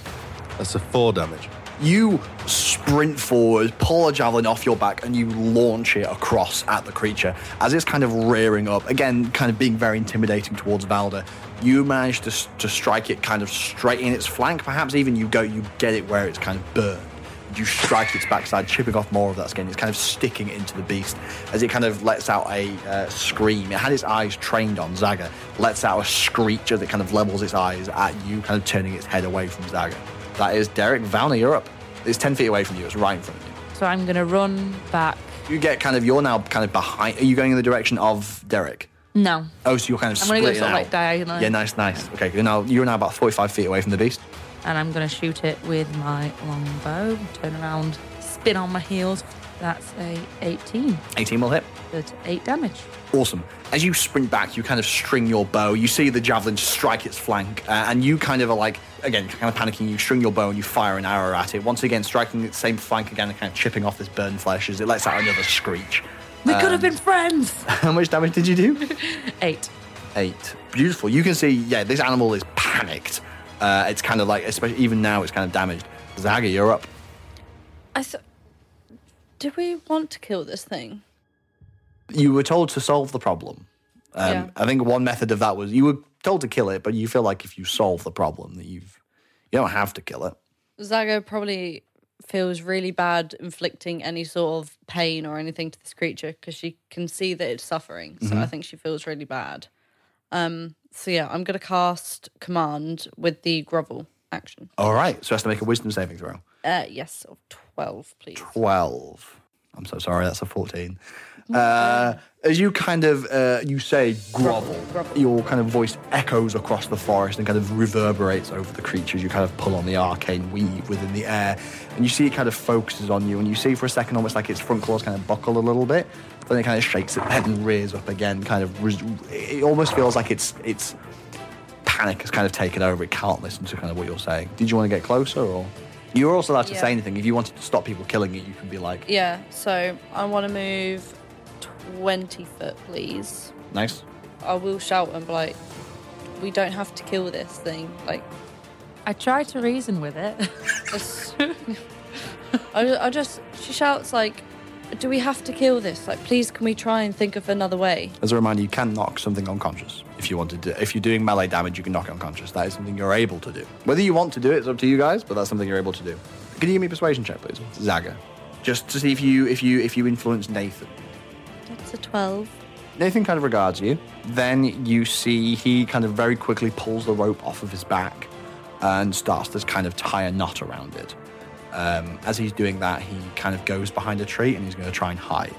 Speaker 4: That's a 4 damage.
Speaker 1: You sprint forward, pull a javelin off your back, and you launch it across at the creature as it's kind of rearing up. Again, kind of being very intimidating towards Valda. You manage to, s- to strike it kind of straight in its flank. Perhaps even you go, you get it where it's kind of burned. You strike its backside, chipping off more of that skin. It's kind of sticking into the beast as it kind of lets out a uh, scream. It had its eyes trained on Zaga, lets out a screech as it kind of levels its eyes at you, kind of turning its head away from Zaga. That is Derek Valna, you're up. It's 10 feet away from you, it's right in front of you.
Speaker 3: So I'm going to run back.
Speaker 1: You get kind of, you're now kind of behind. Are you going in the direction of Derek?
Speaker 3: No.
Speaker 1: Oh, so you're kind of
Speaker 3: I'm gonna go
Speaker 1: splitting
Speaker 3: sort of
Speaker 1: out.
Speaker 3: like diagonally.
Speaker 1: Yeah, nice, nice. Okay, you're now, you're now about 45 feet away from the beast.
Speaker 3: And I'm going to shoot it with my longbow. Turn around, spin on my heels. That's a 18.
Speaker 1: 18 will hit.
Speaker 3: That's 8 damage.
Speaker 1: Awesome. As you sprint back, you kind of string your bow. You see the javelin strike its flank, uh, and you kind of are like, again, kind of panicking. You string your bow and you fire an arrow at it. Once again, striking its same flank again and kind of chipping off this burned flesh as it lets out another screech.
Speaker 3: We could have been friends.
Speaker 1: How much damage did you do?
Speaker 3: 8.
Speaker 1: Eight. Beautiful. You can see, yeah, this animal is panicked. Uh, it's kind of like, especially even now, it's kind of damaged. Zaga, you're up.
Speaker 5: I thought. Do we want to kill this thing?
Speaker 1: You were told to solve the problem. Um,
Speaker 5: Yeah.
Speaker 1: I think one method of that was you were told to kill it, but you feel like if you solve the problem, that you've you don't have to kill it.
Speaker 5: Zago probably feels really bad inflicting any sort of pain or anything to this creature because she can see that it's suffering. So I think she feels really bad. Um, so yeah, I'm gonna cast command with the grovel action.
Speaker 1: All right, so it has to make a wisdom saving throw.
Speaker 5: Uh, yes, of twelve, please.
Speaker 1: 12. I'm so sorry. That's a 14. Uh, as you kind of uh, you say grovel, your kind of voice echoes across the forest and kind of reverberates over the creatures. You kind of pull on the arcane weave within the air, and you see it kind of focuses on you. And you see for a second almost like its front claws kind of buckle a little bit. Then it kind of shakes its head and rears up again. Kind of, res- it almost feels like it's it's panic has kind of taken over. It can't listen to kind of what you're saying. Did you want to get closer or? You're also allowed to
Speaker 5: Yeah.
Speaker 1: say anything. If you wanted to stop people killing it, you can be like,
Speaker 5: Yeah, so I want to move 20 foot, please.
Speaker 1: nice.
Speaker 5: I will shout and be like, we don't have to kill this thing. Like,
Speaker 6: I try to reason with it.
Speaker 5: just- I, ju- I just, she shouts, like, do we have to kill this? Like, please, can we try and think of another way?
Speaker 1: As a reminder, you can knock something unconscious if you wanted to. If you're doing melee damage, you can knock it unconscious. That is something you're able to do. Whether you want to do it, it's up to you guys, but that's something you're able to do. Can you give me a persuasion check, please, Zaga? Just to see if you if you if you influence Nathan.
Speaker 5: That's a 12.
Speaker 1: Nathan kind of regards you. Then you see he kind of very quickly pulls the rope off of his back and starts to kind of tie a knot around it. Um, as he's doing that, he kind of goes behind a tree and he's going to try and hide.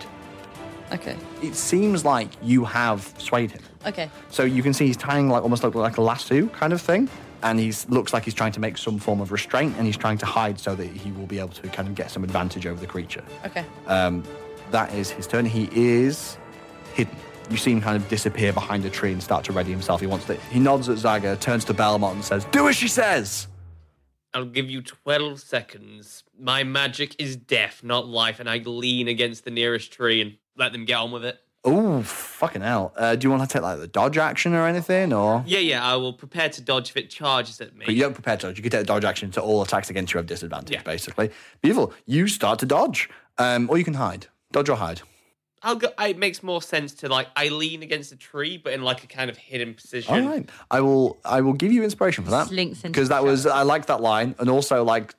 Speaker 5: Okay.
Speaker 1: It seems like you have swayed him.
Speaker 5: Okay.
Speaker 1: So you can see he's tying like almost like, like a lasso kind of thing, and he's looks like he's trying to make some form of restraint, and he's trying to hide so that he will be able to kind of get some advantage over the creature.
Speaker 5: Okay.
Speaker 1: Um, that is his turn. He is hidden. You see him kind of disappear behind a tree and start to ready himself. He wants to. He nods at Zaga, turns to Belmont, and says, "Do as she says."
Speaker 2: I'll give you 12 seconds. My magic is death, not life, and I lean against the nearest tree and let them get on with it.
Speaker 1: Oh, fucking hell! Uh, do you want to take like the dodge action or anything, or?
Speaker 2: Yeah, yeah, I will prepare to dodge if it charges at
Speaker 1: But
Speaker 2: me.
Speaker 1: you don't prepare dodge. You can take a dodge action to all attacks against you have disadvantage,
Speaker 2: Yeah.
Speaker 1: basically. Beautiful. You start to dodge, um, or you can hide. Dodge or hide.
Speaker 2: I'll go. I- It makes more sense to like I lean against a tree, but in like a kind of hidden position.
Speaker 1: All right, I will. I will give you inspiration for that
Speaker 6: Slinks into
Speaker 1: because that
Speaker 6: the
Speaker 1: was I liked that line, and also like,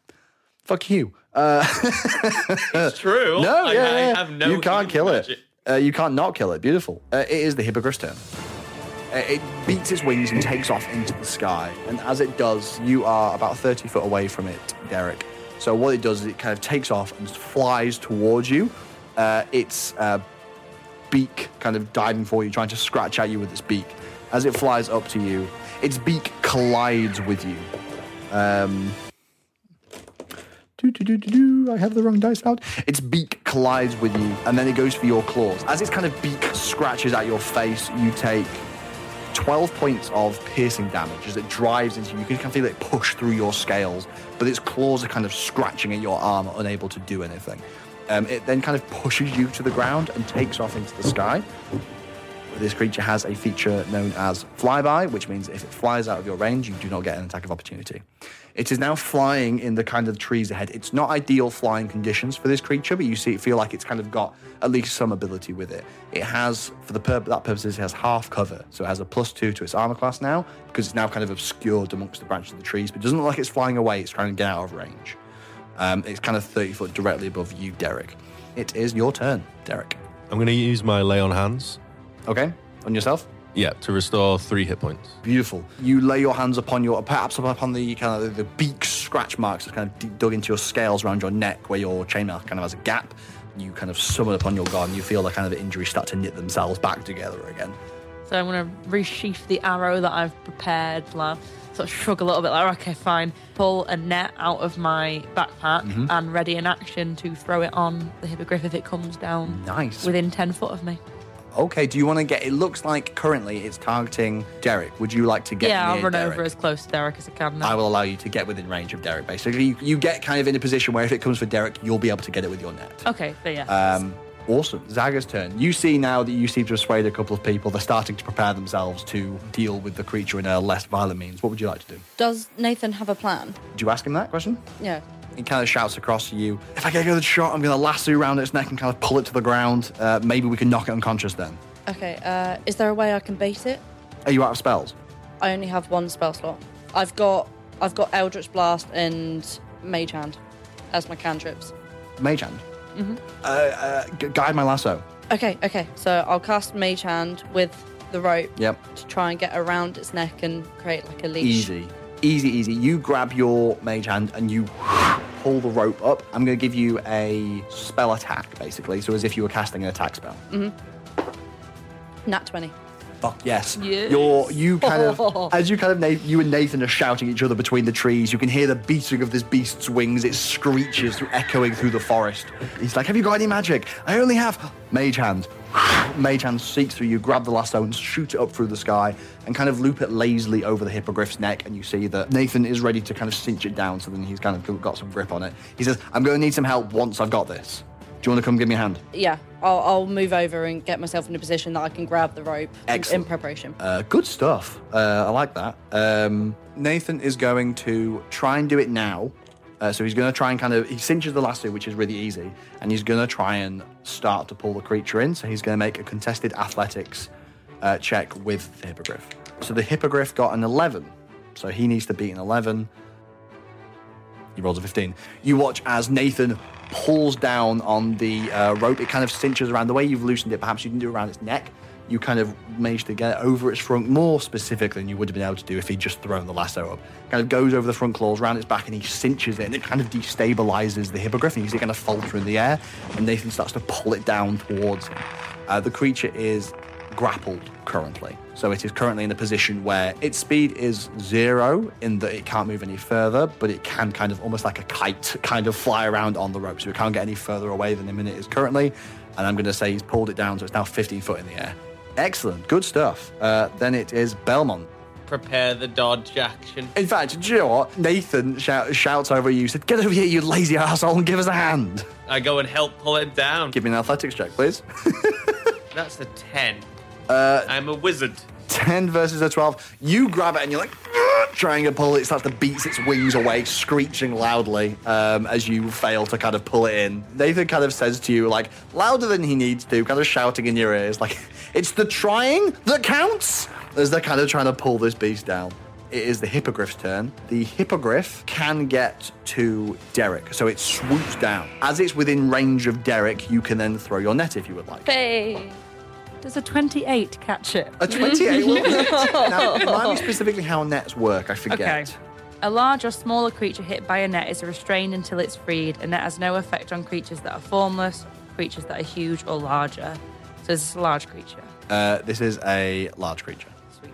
Speaker 1: fuck you. Uh,
Speaker 2: It's true.
Speaker 1: no,
Speaker 2: I,
Speaker 1: yeah,
Speaker 2: I
Speaker 1: yeah.
Speaker 2: have no.
Speaker 1: you can't kill
Speaker 2: healing
Speaker 1: it.
Speaker 2: magic.
Speaker 1: Uh, you can't not kill it. Beautiful. Uh, it is the hippogriff's turn. Uh, it beats its wings and takes off into the sky. And as it does, you are about 30 foot away from it, Derek. So what it does is it kind of takes off and flies towards you. Uh, its uh, beak kind of diving for you, trying to scratch at you with its beak. As it flies up to you, its beak collides with you. Um, do, do, do, do, do. I have the wrong dice out. Its beak collides with you, and then it goes for your claws. As its kind of beak scratches at your face, you take 12 points of piercing damage as it drives into you. You can kind of feel it push through your scales, but its claws are kind of scratching at your arm, unable to do anything. Um, it then kind of pushes you to the ground and takes off into the sky. This creature has a feature known as flyby, which means if it flies out of your range, you do not get an attack of opportunity. It is now flying in the kind of trees ahead. It's not ideal flying conditions for this creature, but you see, it feel like it's kind of got at least some ability with it. It has, for the purpose that purposes, it has half cover, so it has a plus two to its armor class now because it's now kind of obscured amongst the branches of the trees. But it doesn't look like it's flying away; it's trying to get out of range. Um, it's kind of thirty foot directly above you, Derek. It is your turn, Derek.
Speaker 4: I'm going to use my lay on hands.
Speaker 1: Okay, on yourself.
Speaker 4: Yeah, to restore three hit points.
Speaker 1: Beautiful. You lay your hands upon your, perhaps upon the kind of the beak scratch marks that's kind of d- dug into your scales around your neck where your chainmail kind of has a gap. You kind of summon upon your guard and you feel the kind of injuries start to knit themselves back together again.
Speaker 6: So I'm gonna resheath the arrow that I've prepared. Like, sort of shrug a little bit. Like, "Oh, okay, fine. Pull a net out of my backpack
Speaker 1: Mm-hmm.
Speaker 6: and ready in action to throw it on the hippogriff if it comes down.
Speaker 1: Nice.
Speaker 6: Within ten foot of me.
Speaker 1: Okay, do you want to get, it looks like currently it's targeting Derek. Would you like to get
Speaker 6: yeah, I'll
Speaker 1: near
Speaker 6: run
Speaker 1: Derek?
Speaker 6: over as close to Derek as I can. Now.
Speaker 1: I will allow you to get within range of Derek, basically. You, you get kind of in a position where if it comes for Derek, you'll be able to get it with your net.
Speaker 6: Okay, so yeah.
Speaker 1: Um, awesome. Zaga's turn. You see now that you seem to persuade a couple of people. They're starting to prepare themselves to deal with the creature in a less violent means. What would you like to do?
Speaker 5: Does Nathan have a plan?
Speaker 1: Do you ask him that question?
Speaker 5: Yeah.
Speaker 1: He kind of shouts across to you. If I get a good shot, I'm going to lasso around its neck and kind of pull it to the ground. Uh, maybe we can knock it unconscious then.
Speaker 5: Okay, uh, is there a way I can bait it?
Speaker 1: Are you out of spells?
Speaker 5: I only have one spell slot. I've got I've got Eldritch Blast and Mage Hand as my cantrips.
Speaker 1: Mage hand. Mm-hmm. Uh, uh, gu- guide my lasso.
Speaker 5: Okay, okay. So I'll cast Mage Hand with the rope
Speaker 1: Yep.
Speaker 5: to try and get around its neck and create like a leash.
Speaker 1: Easy. Easy, easy. You grab your mage hand and you pull the rope up, I'm going to give you a spell attack, basically. So as if you were casting an attack spell.
Speaker 5: Nat 20.
Speaker 1: Fuck yes.
Speaker 6: Yes.
Speaker 1: You're you kind of as you kind of Na- you and Nathan are shouting at each other between the trees. You can hear the beating of this beast's wings. It screeches through, echoing through the forest. He's like, "Have you got any magic? I only have mage hand." Mage hand seeks through you, grab the lasso and shoot it up through the sky, and kind of loop it lazily over the hippogriff's neck. And you see that Nathan is ready to kind of cinch it down. So then he's kind of got some grip on it. He says, "I'm going to need some help once I've got this. Do you want to come give me a hand?"
Speaker 5: Yeah, I'll, I'll move over and get myself in a position that I can grab the rope in-
Speaker 1: Excellent.
Speaker 5: in preparation.
Speaker 1: Uh, good stuff. Uh, I like that. Um, Nathan is going to try and do it now. Uh, so he's going to try and kind of he cinches the lasso, which is really easy, and he's going to try and start to pull the creature in. So he's going to make a contested athletics uh, check with the hippogriff. So the hippogriff got an eleven. So he needs to beat an eleven. He rolls a 15. You watch as Nathan pulls down on the uh, rope. It kind of cinches around. The way you've loosened it, perhaps you didn't do it around its neck. You kind of managed to get it over its front more specifically than you would have been able to do if he'd just thrown the lasso up. Kind of goes over the front claws, round its back, and he cinches it, and it kind of destabilizes the hippogriff. And you see it kind of falter in the air, and Nathan starts to pull it down towards him. Uh, the creature is grappled currently. So it is currently in a position where its speed is zero in that it can't move any further, but it can kind of almost like a kite kind of fly around on the rope. So it can't get any further away than the minute is currently. And I'm going to say he's pulled it down, so it's now 15 foot in the air. Excellent. Good stuff. Uh, then it is Belmont.
Speaker 2: Prepare the dodge action.
Speaker 1: In fact, do you know what? Nathan shout, shouts over you, said, Get over here, you lazy asshole, and give us a hand.
Speaker 2: I go and help pull it down.
Speaker 1: Give me an athletics check, please.
Speaker 2: That's a 10.
Speaker 1: Uh,
Speaker 2: I'm a wizard.
Speaker 1: 10 versus a 12. You grab it and you're like "Ugh," trying to pull it. It starts to beat its wings away, screeching loudly um, as you fail to kind of pull it in. Nathan kind of says to you, like, louder than he needs to, kind of shouting in your ears, like, it's the trying that counts as they're kind of trying to pull this beast down. It is the hippogriff's turn. The hippogriff can get to Derek, so it swoops down. As it's within range of Derek, you can then throw your net if you would like.
Speaker 5: Hey!
Speaker 6: Does a 28 catch it?
Speaker 1: A 28 will hit. now, remind me specifically how nets work. I
Speaker 6: Okay.
Speaker 1: forget.
Speaker 6: A large or smaller creature hit by a net is restrained until it's freed. A net has no effect on creatures that are formless, creatures that are huge or larger. So this is a large creature.
Speaker 1: Uh, this is a large creature.
Speaker 6: Sweet.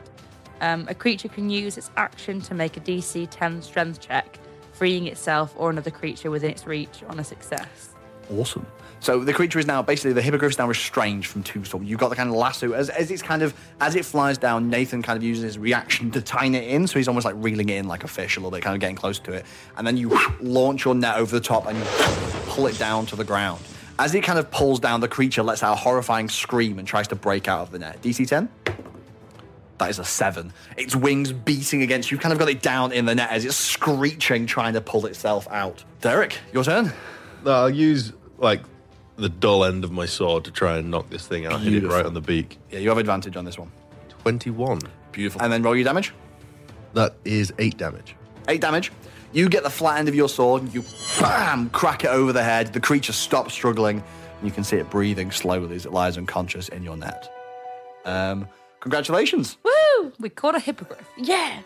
Speaker 6: Um, a creature can use its action to make a DC 10 strength check, freeing itself or another creature within its reach on a success.
Speaker 1: Awesome. So the creature is now basically the hippogriff is now restrained from two storms. You've got the kind of lasso as, as it's kind of as it flies down. Nathan kind of uses his reaction to tine it in, so he's almost like reeling it in like a fish a little bit, kind of getting close to it. And then you launch your net over the top and you pull it down to the ground. As it kind of pulls down, the creature lets out a horrifying scream and tries to break out of the net. DC ten. That is a seven. Its wings beating against you. You've kind of got it down in the net as it's screeching, trying to pull itself out. Derek, your turn.
Speaker 4: No, I'll use like the dull end of my sword to try and knock this thing out. Hit it
Speaker 1: Beautiful.
Speaker 4: right on the beak.
Speaker 1: Yeah, you have advantage on this one.
Speaker 4: Twenty-one.
Speaker 1: Beautiful. And then roll your damage.
Speaker 4: That is eight damage.
Speaker 1: Eight damage. You get the flat end of your sword and you bam crack it over the head. The creature stops struggling, and you can see it breathing slowly as it lies unconscious in your net. Um, congratulations.
Speaker 6: Woo! We caught a hippogriff.
Speaker 5: Yeah!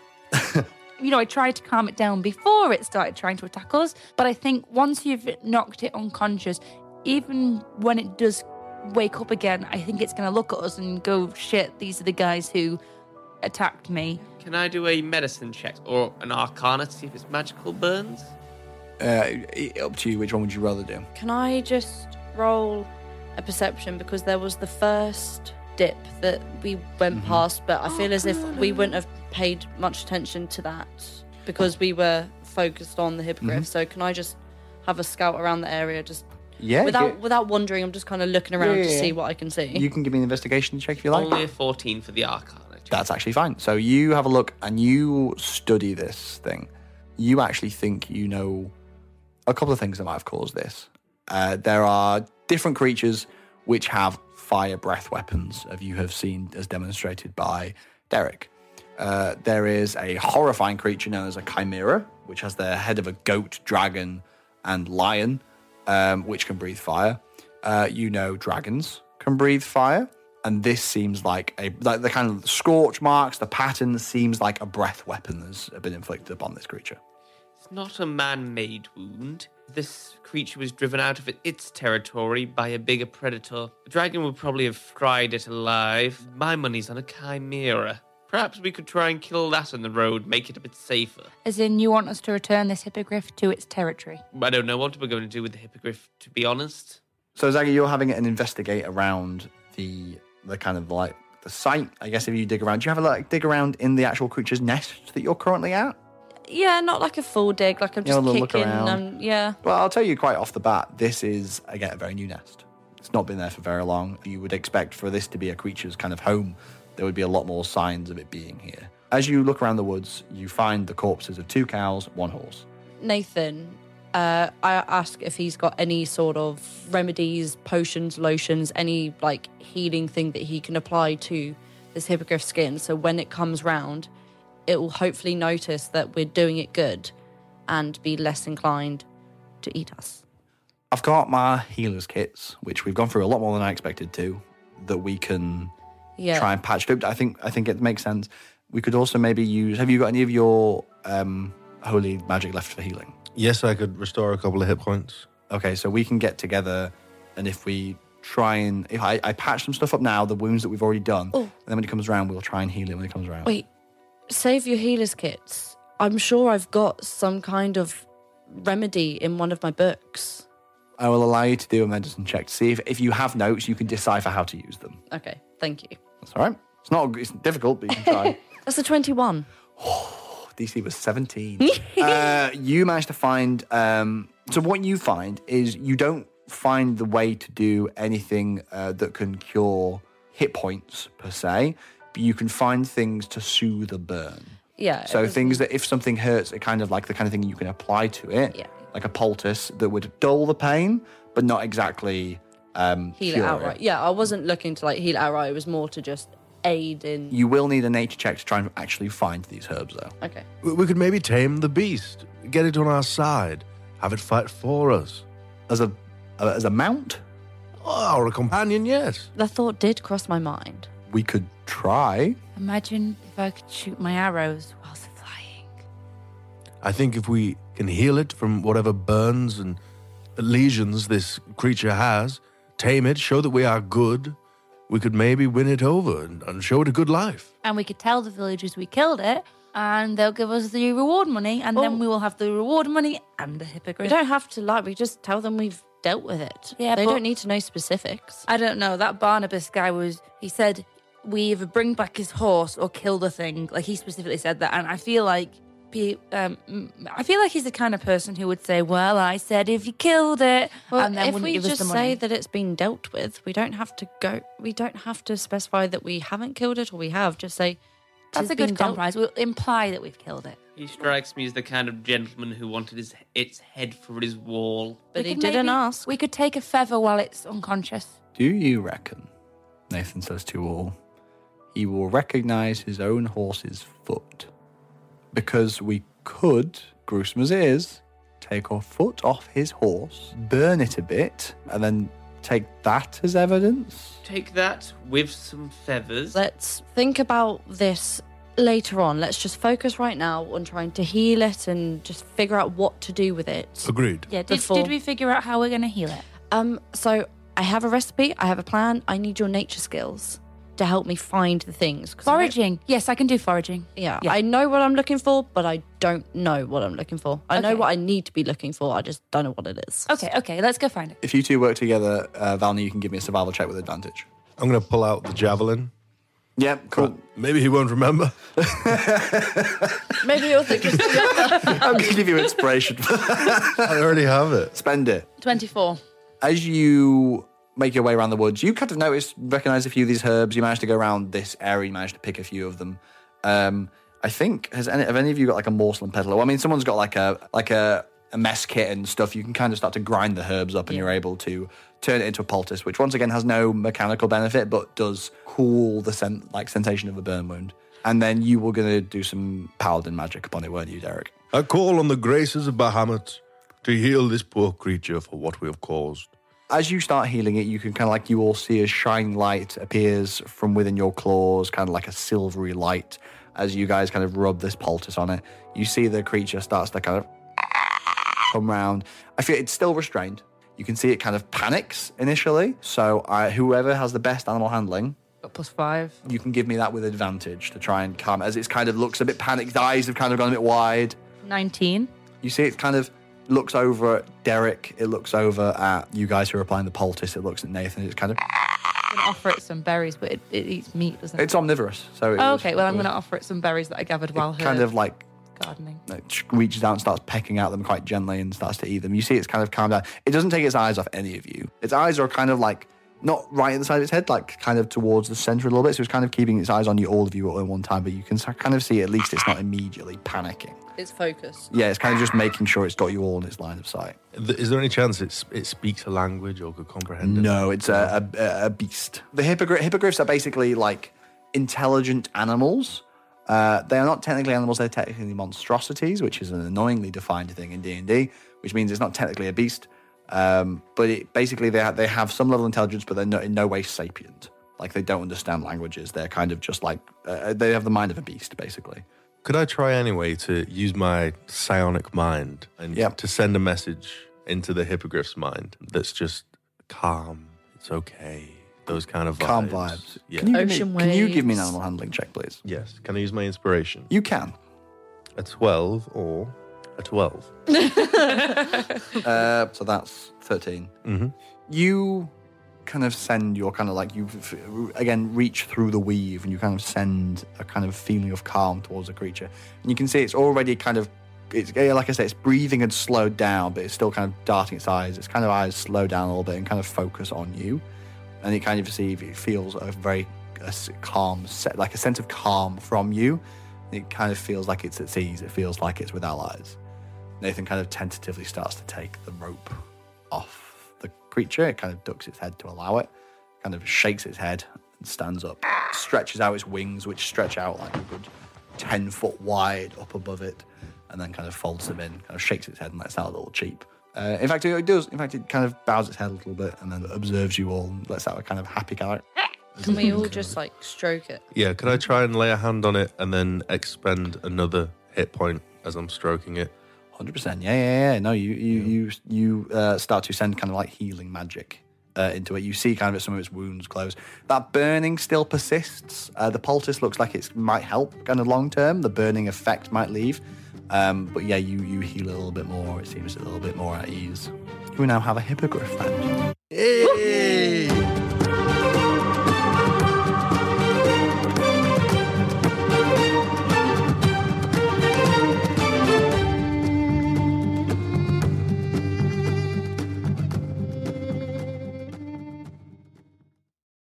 Speaker 6: you know, I tried to calm it down before it started trying to attack us. But I think once you've knocked it unconscious, even when it does wake up again, I think it's going to look at us and go, shit, these are the guys who attacked me.
Speaker 2: Can I do a medicine check or an arcana to see if it's magical burns?
Speaker 1: Uh, i- up to you. Which one would you rather do?
Speaker 5: Can I just roll a perception because there was the first dip that we went
Speaker 1: Mm-hmm.
Speaker 5: past, but I feel as if we wouldn't have paid much attention to that because we were focused on the hippogriff.
Speaker 1: Mm-hmm.
Speaker 5: So can I just have a scout around the area just
Speaker 1: Yeah.
Speaker 5: without
Speaker 1: you,
Speaker 5: without wandering? I'm just kind of looking around
Speaker 1: Yeah,
Speaker 5: to
Speaker 1: yeah,
Speaker 5: see
Speaker 1: yeah.
Speaker 5: what I can see.
Speaker 1: you can give me an investigation check if you like.
Speaker 2: Only a 14 for the arcana check.
Speaker 1: That's actually fine. So you have a look and you study this thing. You actually think you know a couple of things that might have caused this. Uh, there are different creatures which have fire breath weapons, as you have seen as demonstrated by Derek. Uh, there is a horrifying creature known as a chimera, which has the head of a goat, dragon, and lion, um, which can breathe fire. Uh, you know, dragons can breathe fire, and this seems like a like the kind of scorch marks, the pattern seems like a breath weapon that's been inflicted upon this creature.
Speaker 2: It's not a man made wound. this creature was driven out of its territory by a bigger predator. The dragon would probably have fried it alive. My money's on a chimera. Perhaps we could try and kill that on the road, make it a bit safer.
Speaker 7: As in, you want us to return this hippogriff to its territory.
Speaker 2: I don't know what we're going to do with the hippogriff, to be honest.
Speaker 1: So Zaggy, you're having an investigate around the the kind of like the site. I guess if you dig around, do you have a like dig around in the actual creature's nest that you're currently at?
Speaker 5: Yeah, not like a full dig. Like I'm
Speaker 1: Yeah,
Speaker 5: just
Speaker 1: a little look
Speaker 5: kicking.
Speaker 1: around.
Speaker 5: Um, yeah.
Speaker 1: Well, I'll tell you quite off the bat, this is again a very new nest. It's not been there for very long. You would expect for this to be a creature's kind of home. There would be a lot more signs of it being here. As you look around the woods, you find the corpses of two cows, one horse.
Speaker 5: Nathan, uh, I ask if he's got any sort of remedies, potions, lotions, any like healing thing that he can apply to this hippogriff skin. So when it comes round, it will hopefully notice that we're doing it good and be less inclined to eat us.
Speaker 1: I've got my healer's kits, which we've gone through a lot more than I expected to, that we can
Speaker 5: Yeah.
Speaker 1: try and patch through. I think I think it makes sense. We could also maybe use. Have you got any of your um, holy magic left for healing?
Speaker 4: Yes, I could restore a couple of hit points.
Speaker 1: Okay, so we can get together, and if we try and if I, I patch some stuff up now, the wounds that we've already done, and then when it comes around, we'll try and heal it when it comes around.
Speaker 5: Oh. Wait, save your healer's kits. I'm sure I've got some kind of remedy in one of my books.
Speaker 1: I will allow you to do a medicine check to see if if you have notes, you can decipher how to use them.
Speaker 5: Okay, thank you.
Speaker 1: That's all right. It's not it's difficult, but you can try.
Speaker 5: That's a 21.
Speaker 1: DC was 17. uh, you managed to find. Um, so, what you find is you don't find the way to do anything uh, that can cure hit points per se, but you can find things to soothe a burn.
Speaker 5: Yeah. it
Speaker 1: So,
Speaker 5: was-
Speaker 1: things that if something hurts, it kind of like the kind of thing you can apply to it,
Speaker 5: Yeah.
Speaker 1: like a poultice that would dull the pain, but not exactly um,
Speaker 5: heal
Speaker 1: cure
Speaker 5: it outright. Yeah, I wasn't looking to like heal it outright. It was more to just aid in.
Speaker 1: You will need a nature check to try and actually find these herbs, though.
Speaker 5: Okay.
Speaker 4: We- We could maybe tame the beast, get it on our side, have it fight for us.
Speaker 1: As a uh, as a mount,
Speaker 4: Oh, or a companion, yes.
Speaker 5: The thought did cross my mind.
Speaker 1: we could try.
Speaker 7: Imagine if I could shoot my arrows whilst flying.
Speaker 4: I think if we can heal it from whatever burns and lesions this creature has, tame it, show that we are good, we could maybe win it over and, and show it a good life.
Speaker 7: And we could tell the villagers we killed it, and they'll give us the reward money, and
Speaker 5: Oh.
Speaker 7: then we will have the reward money and the
Speaker 5: We
Speaker 7: hippogriff.
Speaker 5: don't have to lie. We just tell them we've dealt with it.
Speaker 7: Yeah,
Speaker 5: they
Speaker 7: but-
Speaker 5: don't need to know specifics.
Speaker 7: I don't know. That Barnabas guy was, he said, we either bring back his horse or kill the thing. Like, he specifically said that. And I feel like. pe- Um, mm, I feel like he's the kind of person who would say, "Well, I said if you killed it,"
Speaker 5: Well,
Speaker 7: and then
Speaker 5: if
Speaker 7: wouldn't
Speaker 5: we
Speaker 7: give
Speaker 5: just
Speaker 7: us the money.
Speaker 5: say that it's been dealt with, we don't have to go. We don't have to specify that we haven't killed it or we have. Just say
Speaker 7: That's
Speaker 5: "'Tis
Speaker 7: a
Speaker 5: been
Speaker 7: good
Speaker 5: dealt-
Speaker 7: compromise. We'll imply that we've killed it.
Speaker 2: He strikes me as the kind of gentleman who wanted his, its head for his wall.
Speaker 5: But
Speaker 7: We
Speaker 5: he
Speaker 7: could
Speaker 5: didn't
Speaker 7: maybe-
Speaker 5: ask.
Speaker 7: We could take a feather while it's unconscious.
Speaker 1: Do you reckon, Nathan says to all, he will recognize his own horse's foot? Because we could, gruesome as it is, take a foot off his horse, burn it a bit, and then take that as evidence.
Speaker 2: Take that with some feathers.
Speaker 5: Let's think about this later on. Let's just focus right now on trying to heal it and just figure out what to do with it.
Speaker 4: Agreed.
Speaker 7: Yeah. Did,
Speaker 5: Before-
Speaker 7: did we figure out how we're going to heal it?
Speaker 5: Um, so I have a recipe. I have a plan. I need your nature skills to help me find the things. 'Cause I don't-
Speaker 7: Foraging. Yes, I can do foraging.
Speaker 5: yeah, I know what I'm looking for, but I don't know what I'm looking for. I know
Speaker 7: Okay.
Speaker 5: what I need to be looking for. I just don't know what it is.
Speaker 7: Okay, okay, let's go find it.
Speaker 1: If you two work together, uh, Valny, you can give me a survival check with advantage.
Speaker 4: I'm going to pull out the javelin.
Speaker 1: Yep, cool.
Speaker 4: Maybe he won't remember.
Speaker 5: Maybe you'll think it's
Speaker 1: I'm going to give you inspiration.
Speaker 4: I already have it.
Speaker 1: Spend it.
Speaker 6: 24.
Speaker 1: as you make your way around the woods, you kind of notice, recognize a few of these herbs. You managed to go around this area. You managed to pick a few of them. Um, I think has any have any of you got like a morsel and peddler? Well, I mean, someone's got like a like a, a mess kit and stuff. You can kind of start to grind the herbs up, and you're able to turn it into a poultice, which once again has no mechanical benefit, but does cool the sen- like sensation of a burn wound. And then you were gonna do some paladin magic upon it, weren't you, Derek?
Speaker 4: I call on the graces of Bahamut to heal this poor creature for what we have caused.
Speaker 1: as you start healing it, you can kind of like you all see a shining light appears from within your claws, kind of like a silvery light. As you guys kind of rub this poultice on it, you see the creature starts to kind of come round. I feel it's still restrained. You can see it kind of panics initially. So I, whoever has the best animal handling,
Speaker 6: Got plus five.
Speaker 1: you can give me that with advantage to try and calm it, as it's kind of looks a bit panicked. The eyes have kind of gone a bit wide.
Speaker 7: 19.
Speaker 1: You see, it kind of looks over at Derek. It looks over at you guys who are applying the poultice. It looks at Nathan. It's kind of
Speaker 6: I'm gonna offer it some berries, but it, it eats meat, doesn't it?
Speaker 1: it's omnivorous. So it
Speaker 6: Oh,
Speaker 1: was-
Speaker 6: okay, well I'm gonna offer it some berries that I gathered while her
Speaker 1: kind of like
Speaker 6: gardening.
Speaker 1: it reaches out and starts pecking at them quite gently and starts to eat them. You see, it's kind of calmed down. It doesn't take its eyes off any of you. Its eyes are kind of like not right at the side of its head, like kind of towards the center a little bit. So it's kind of keeping its eyes on you, all of you, at one time. But you can sa- kind of see at least it's not immediately panicking.
Speaker 5: It's focused.
Speaker 1: Yeah, it's kind of just making sure it's got you all in its line of sight.
Speaker 4: Th- Is there any chance it, it speaks a language or could comprehend it?
Speaker 1: No, it's a, a, a beast. The hippogriff, hippogriffs are basically like intelligent animals. Uh, they are not technically animals; they're technically monstrosities, which is an annoyingly defined thing in D anD D. Which means it's not technically a beast, um, but it, basically they ha- they have some level of intelligence, but they're no, in no way sapient. Like they don't understand languages; they're kind of just like uh, they have the mind of a beast, basically.
Speaker 4: Could I try anyway to use my psionic mind and
Speaker 1: Yep.
Speaker 4: to send a message into the hippogriff's mind that's just calm, it's okay, those kind of vibes.
Speaker 1: Calm vibes.
Speaker 4: Yeah.
Speaker 1: Can you, give me,
Speaker 6: Ocean
Speaker 1: can you give me an
Speaker 6: waves.
Speaker 1: animal handling check, please?
Speaker 4: yes. Can I use my inspiration?
Speaker 1: You can.
Speaker 4: A 12 or a 12?
Speaker 1: Uh, so that's 13. You kind of send your kind of like, you f- again reach through the weave and you kind of send a kind of feeling of calm towards the creature. And you can see it's already kind of, it's yeah, like I said, it's breathing and slowed down, but it's still kind of darting its eyes. Its kind of eyes slow down a little bit and kind of focus on you. And it kind of see, it feels a very a s- calm, se- like a sense of calm from you. It kind of feels like it's at ease. It feels like it's with allies. Nathan kind of tentatively starts to take the rope off the creature. It kind of ducks its head to allow it, kind of shakes its head and stands up, stretches out its wings, which stretch out like a good 10 foot wide up above it, and then kind of folds them in, kind of shakes its head and lets out a little cheep. Uh, in fact, it does. In fact, it kind of bows its head a little bit and then observes you all and lets out a kind of happy character.
Speaker 5: Can we all just like stroke it?
Speaker 4: Yeah. Could I try and lay a hand on it and then expend another hit point as I'm stroking it?
Speaker 1: Hundred percent. Yeah, yeah, yeah. No, you you you you uh, start to send kind of like healing magic uh, into it. You see kind of some of its wounds close. That burning still persists. Uh, the poultice looks like it might help kind of long term. The burning effect might leave, um, but yeah, you you heal a little bit more. It seems a little bit more at ease. You now have a hippogriff band.
Speaker 4: Hey!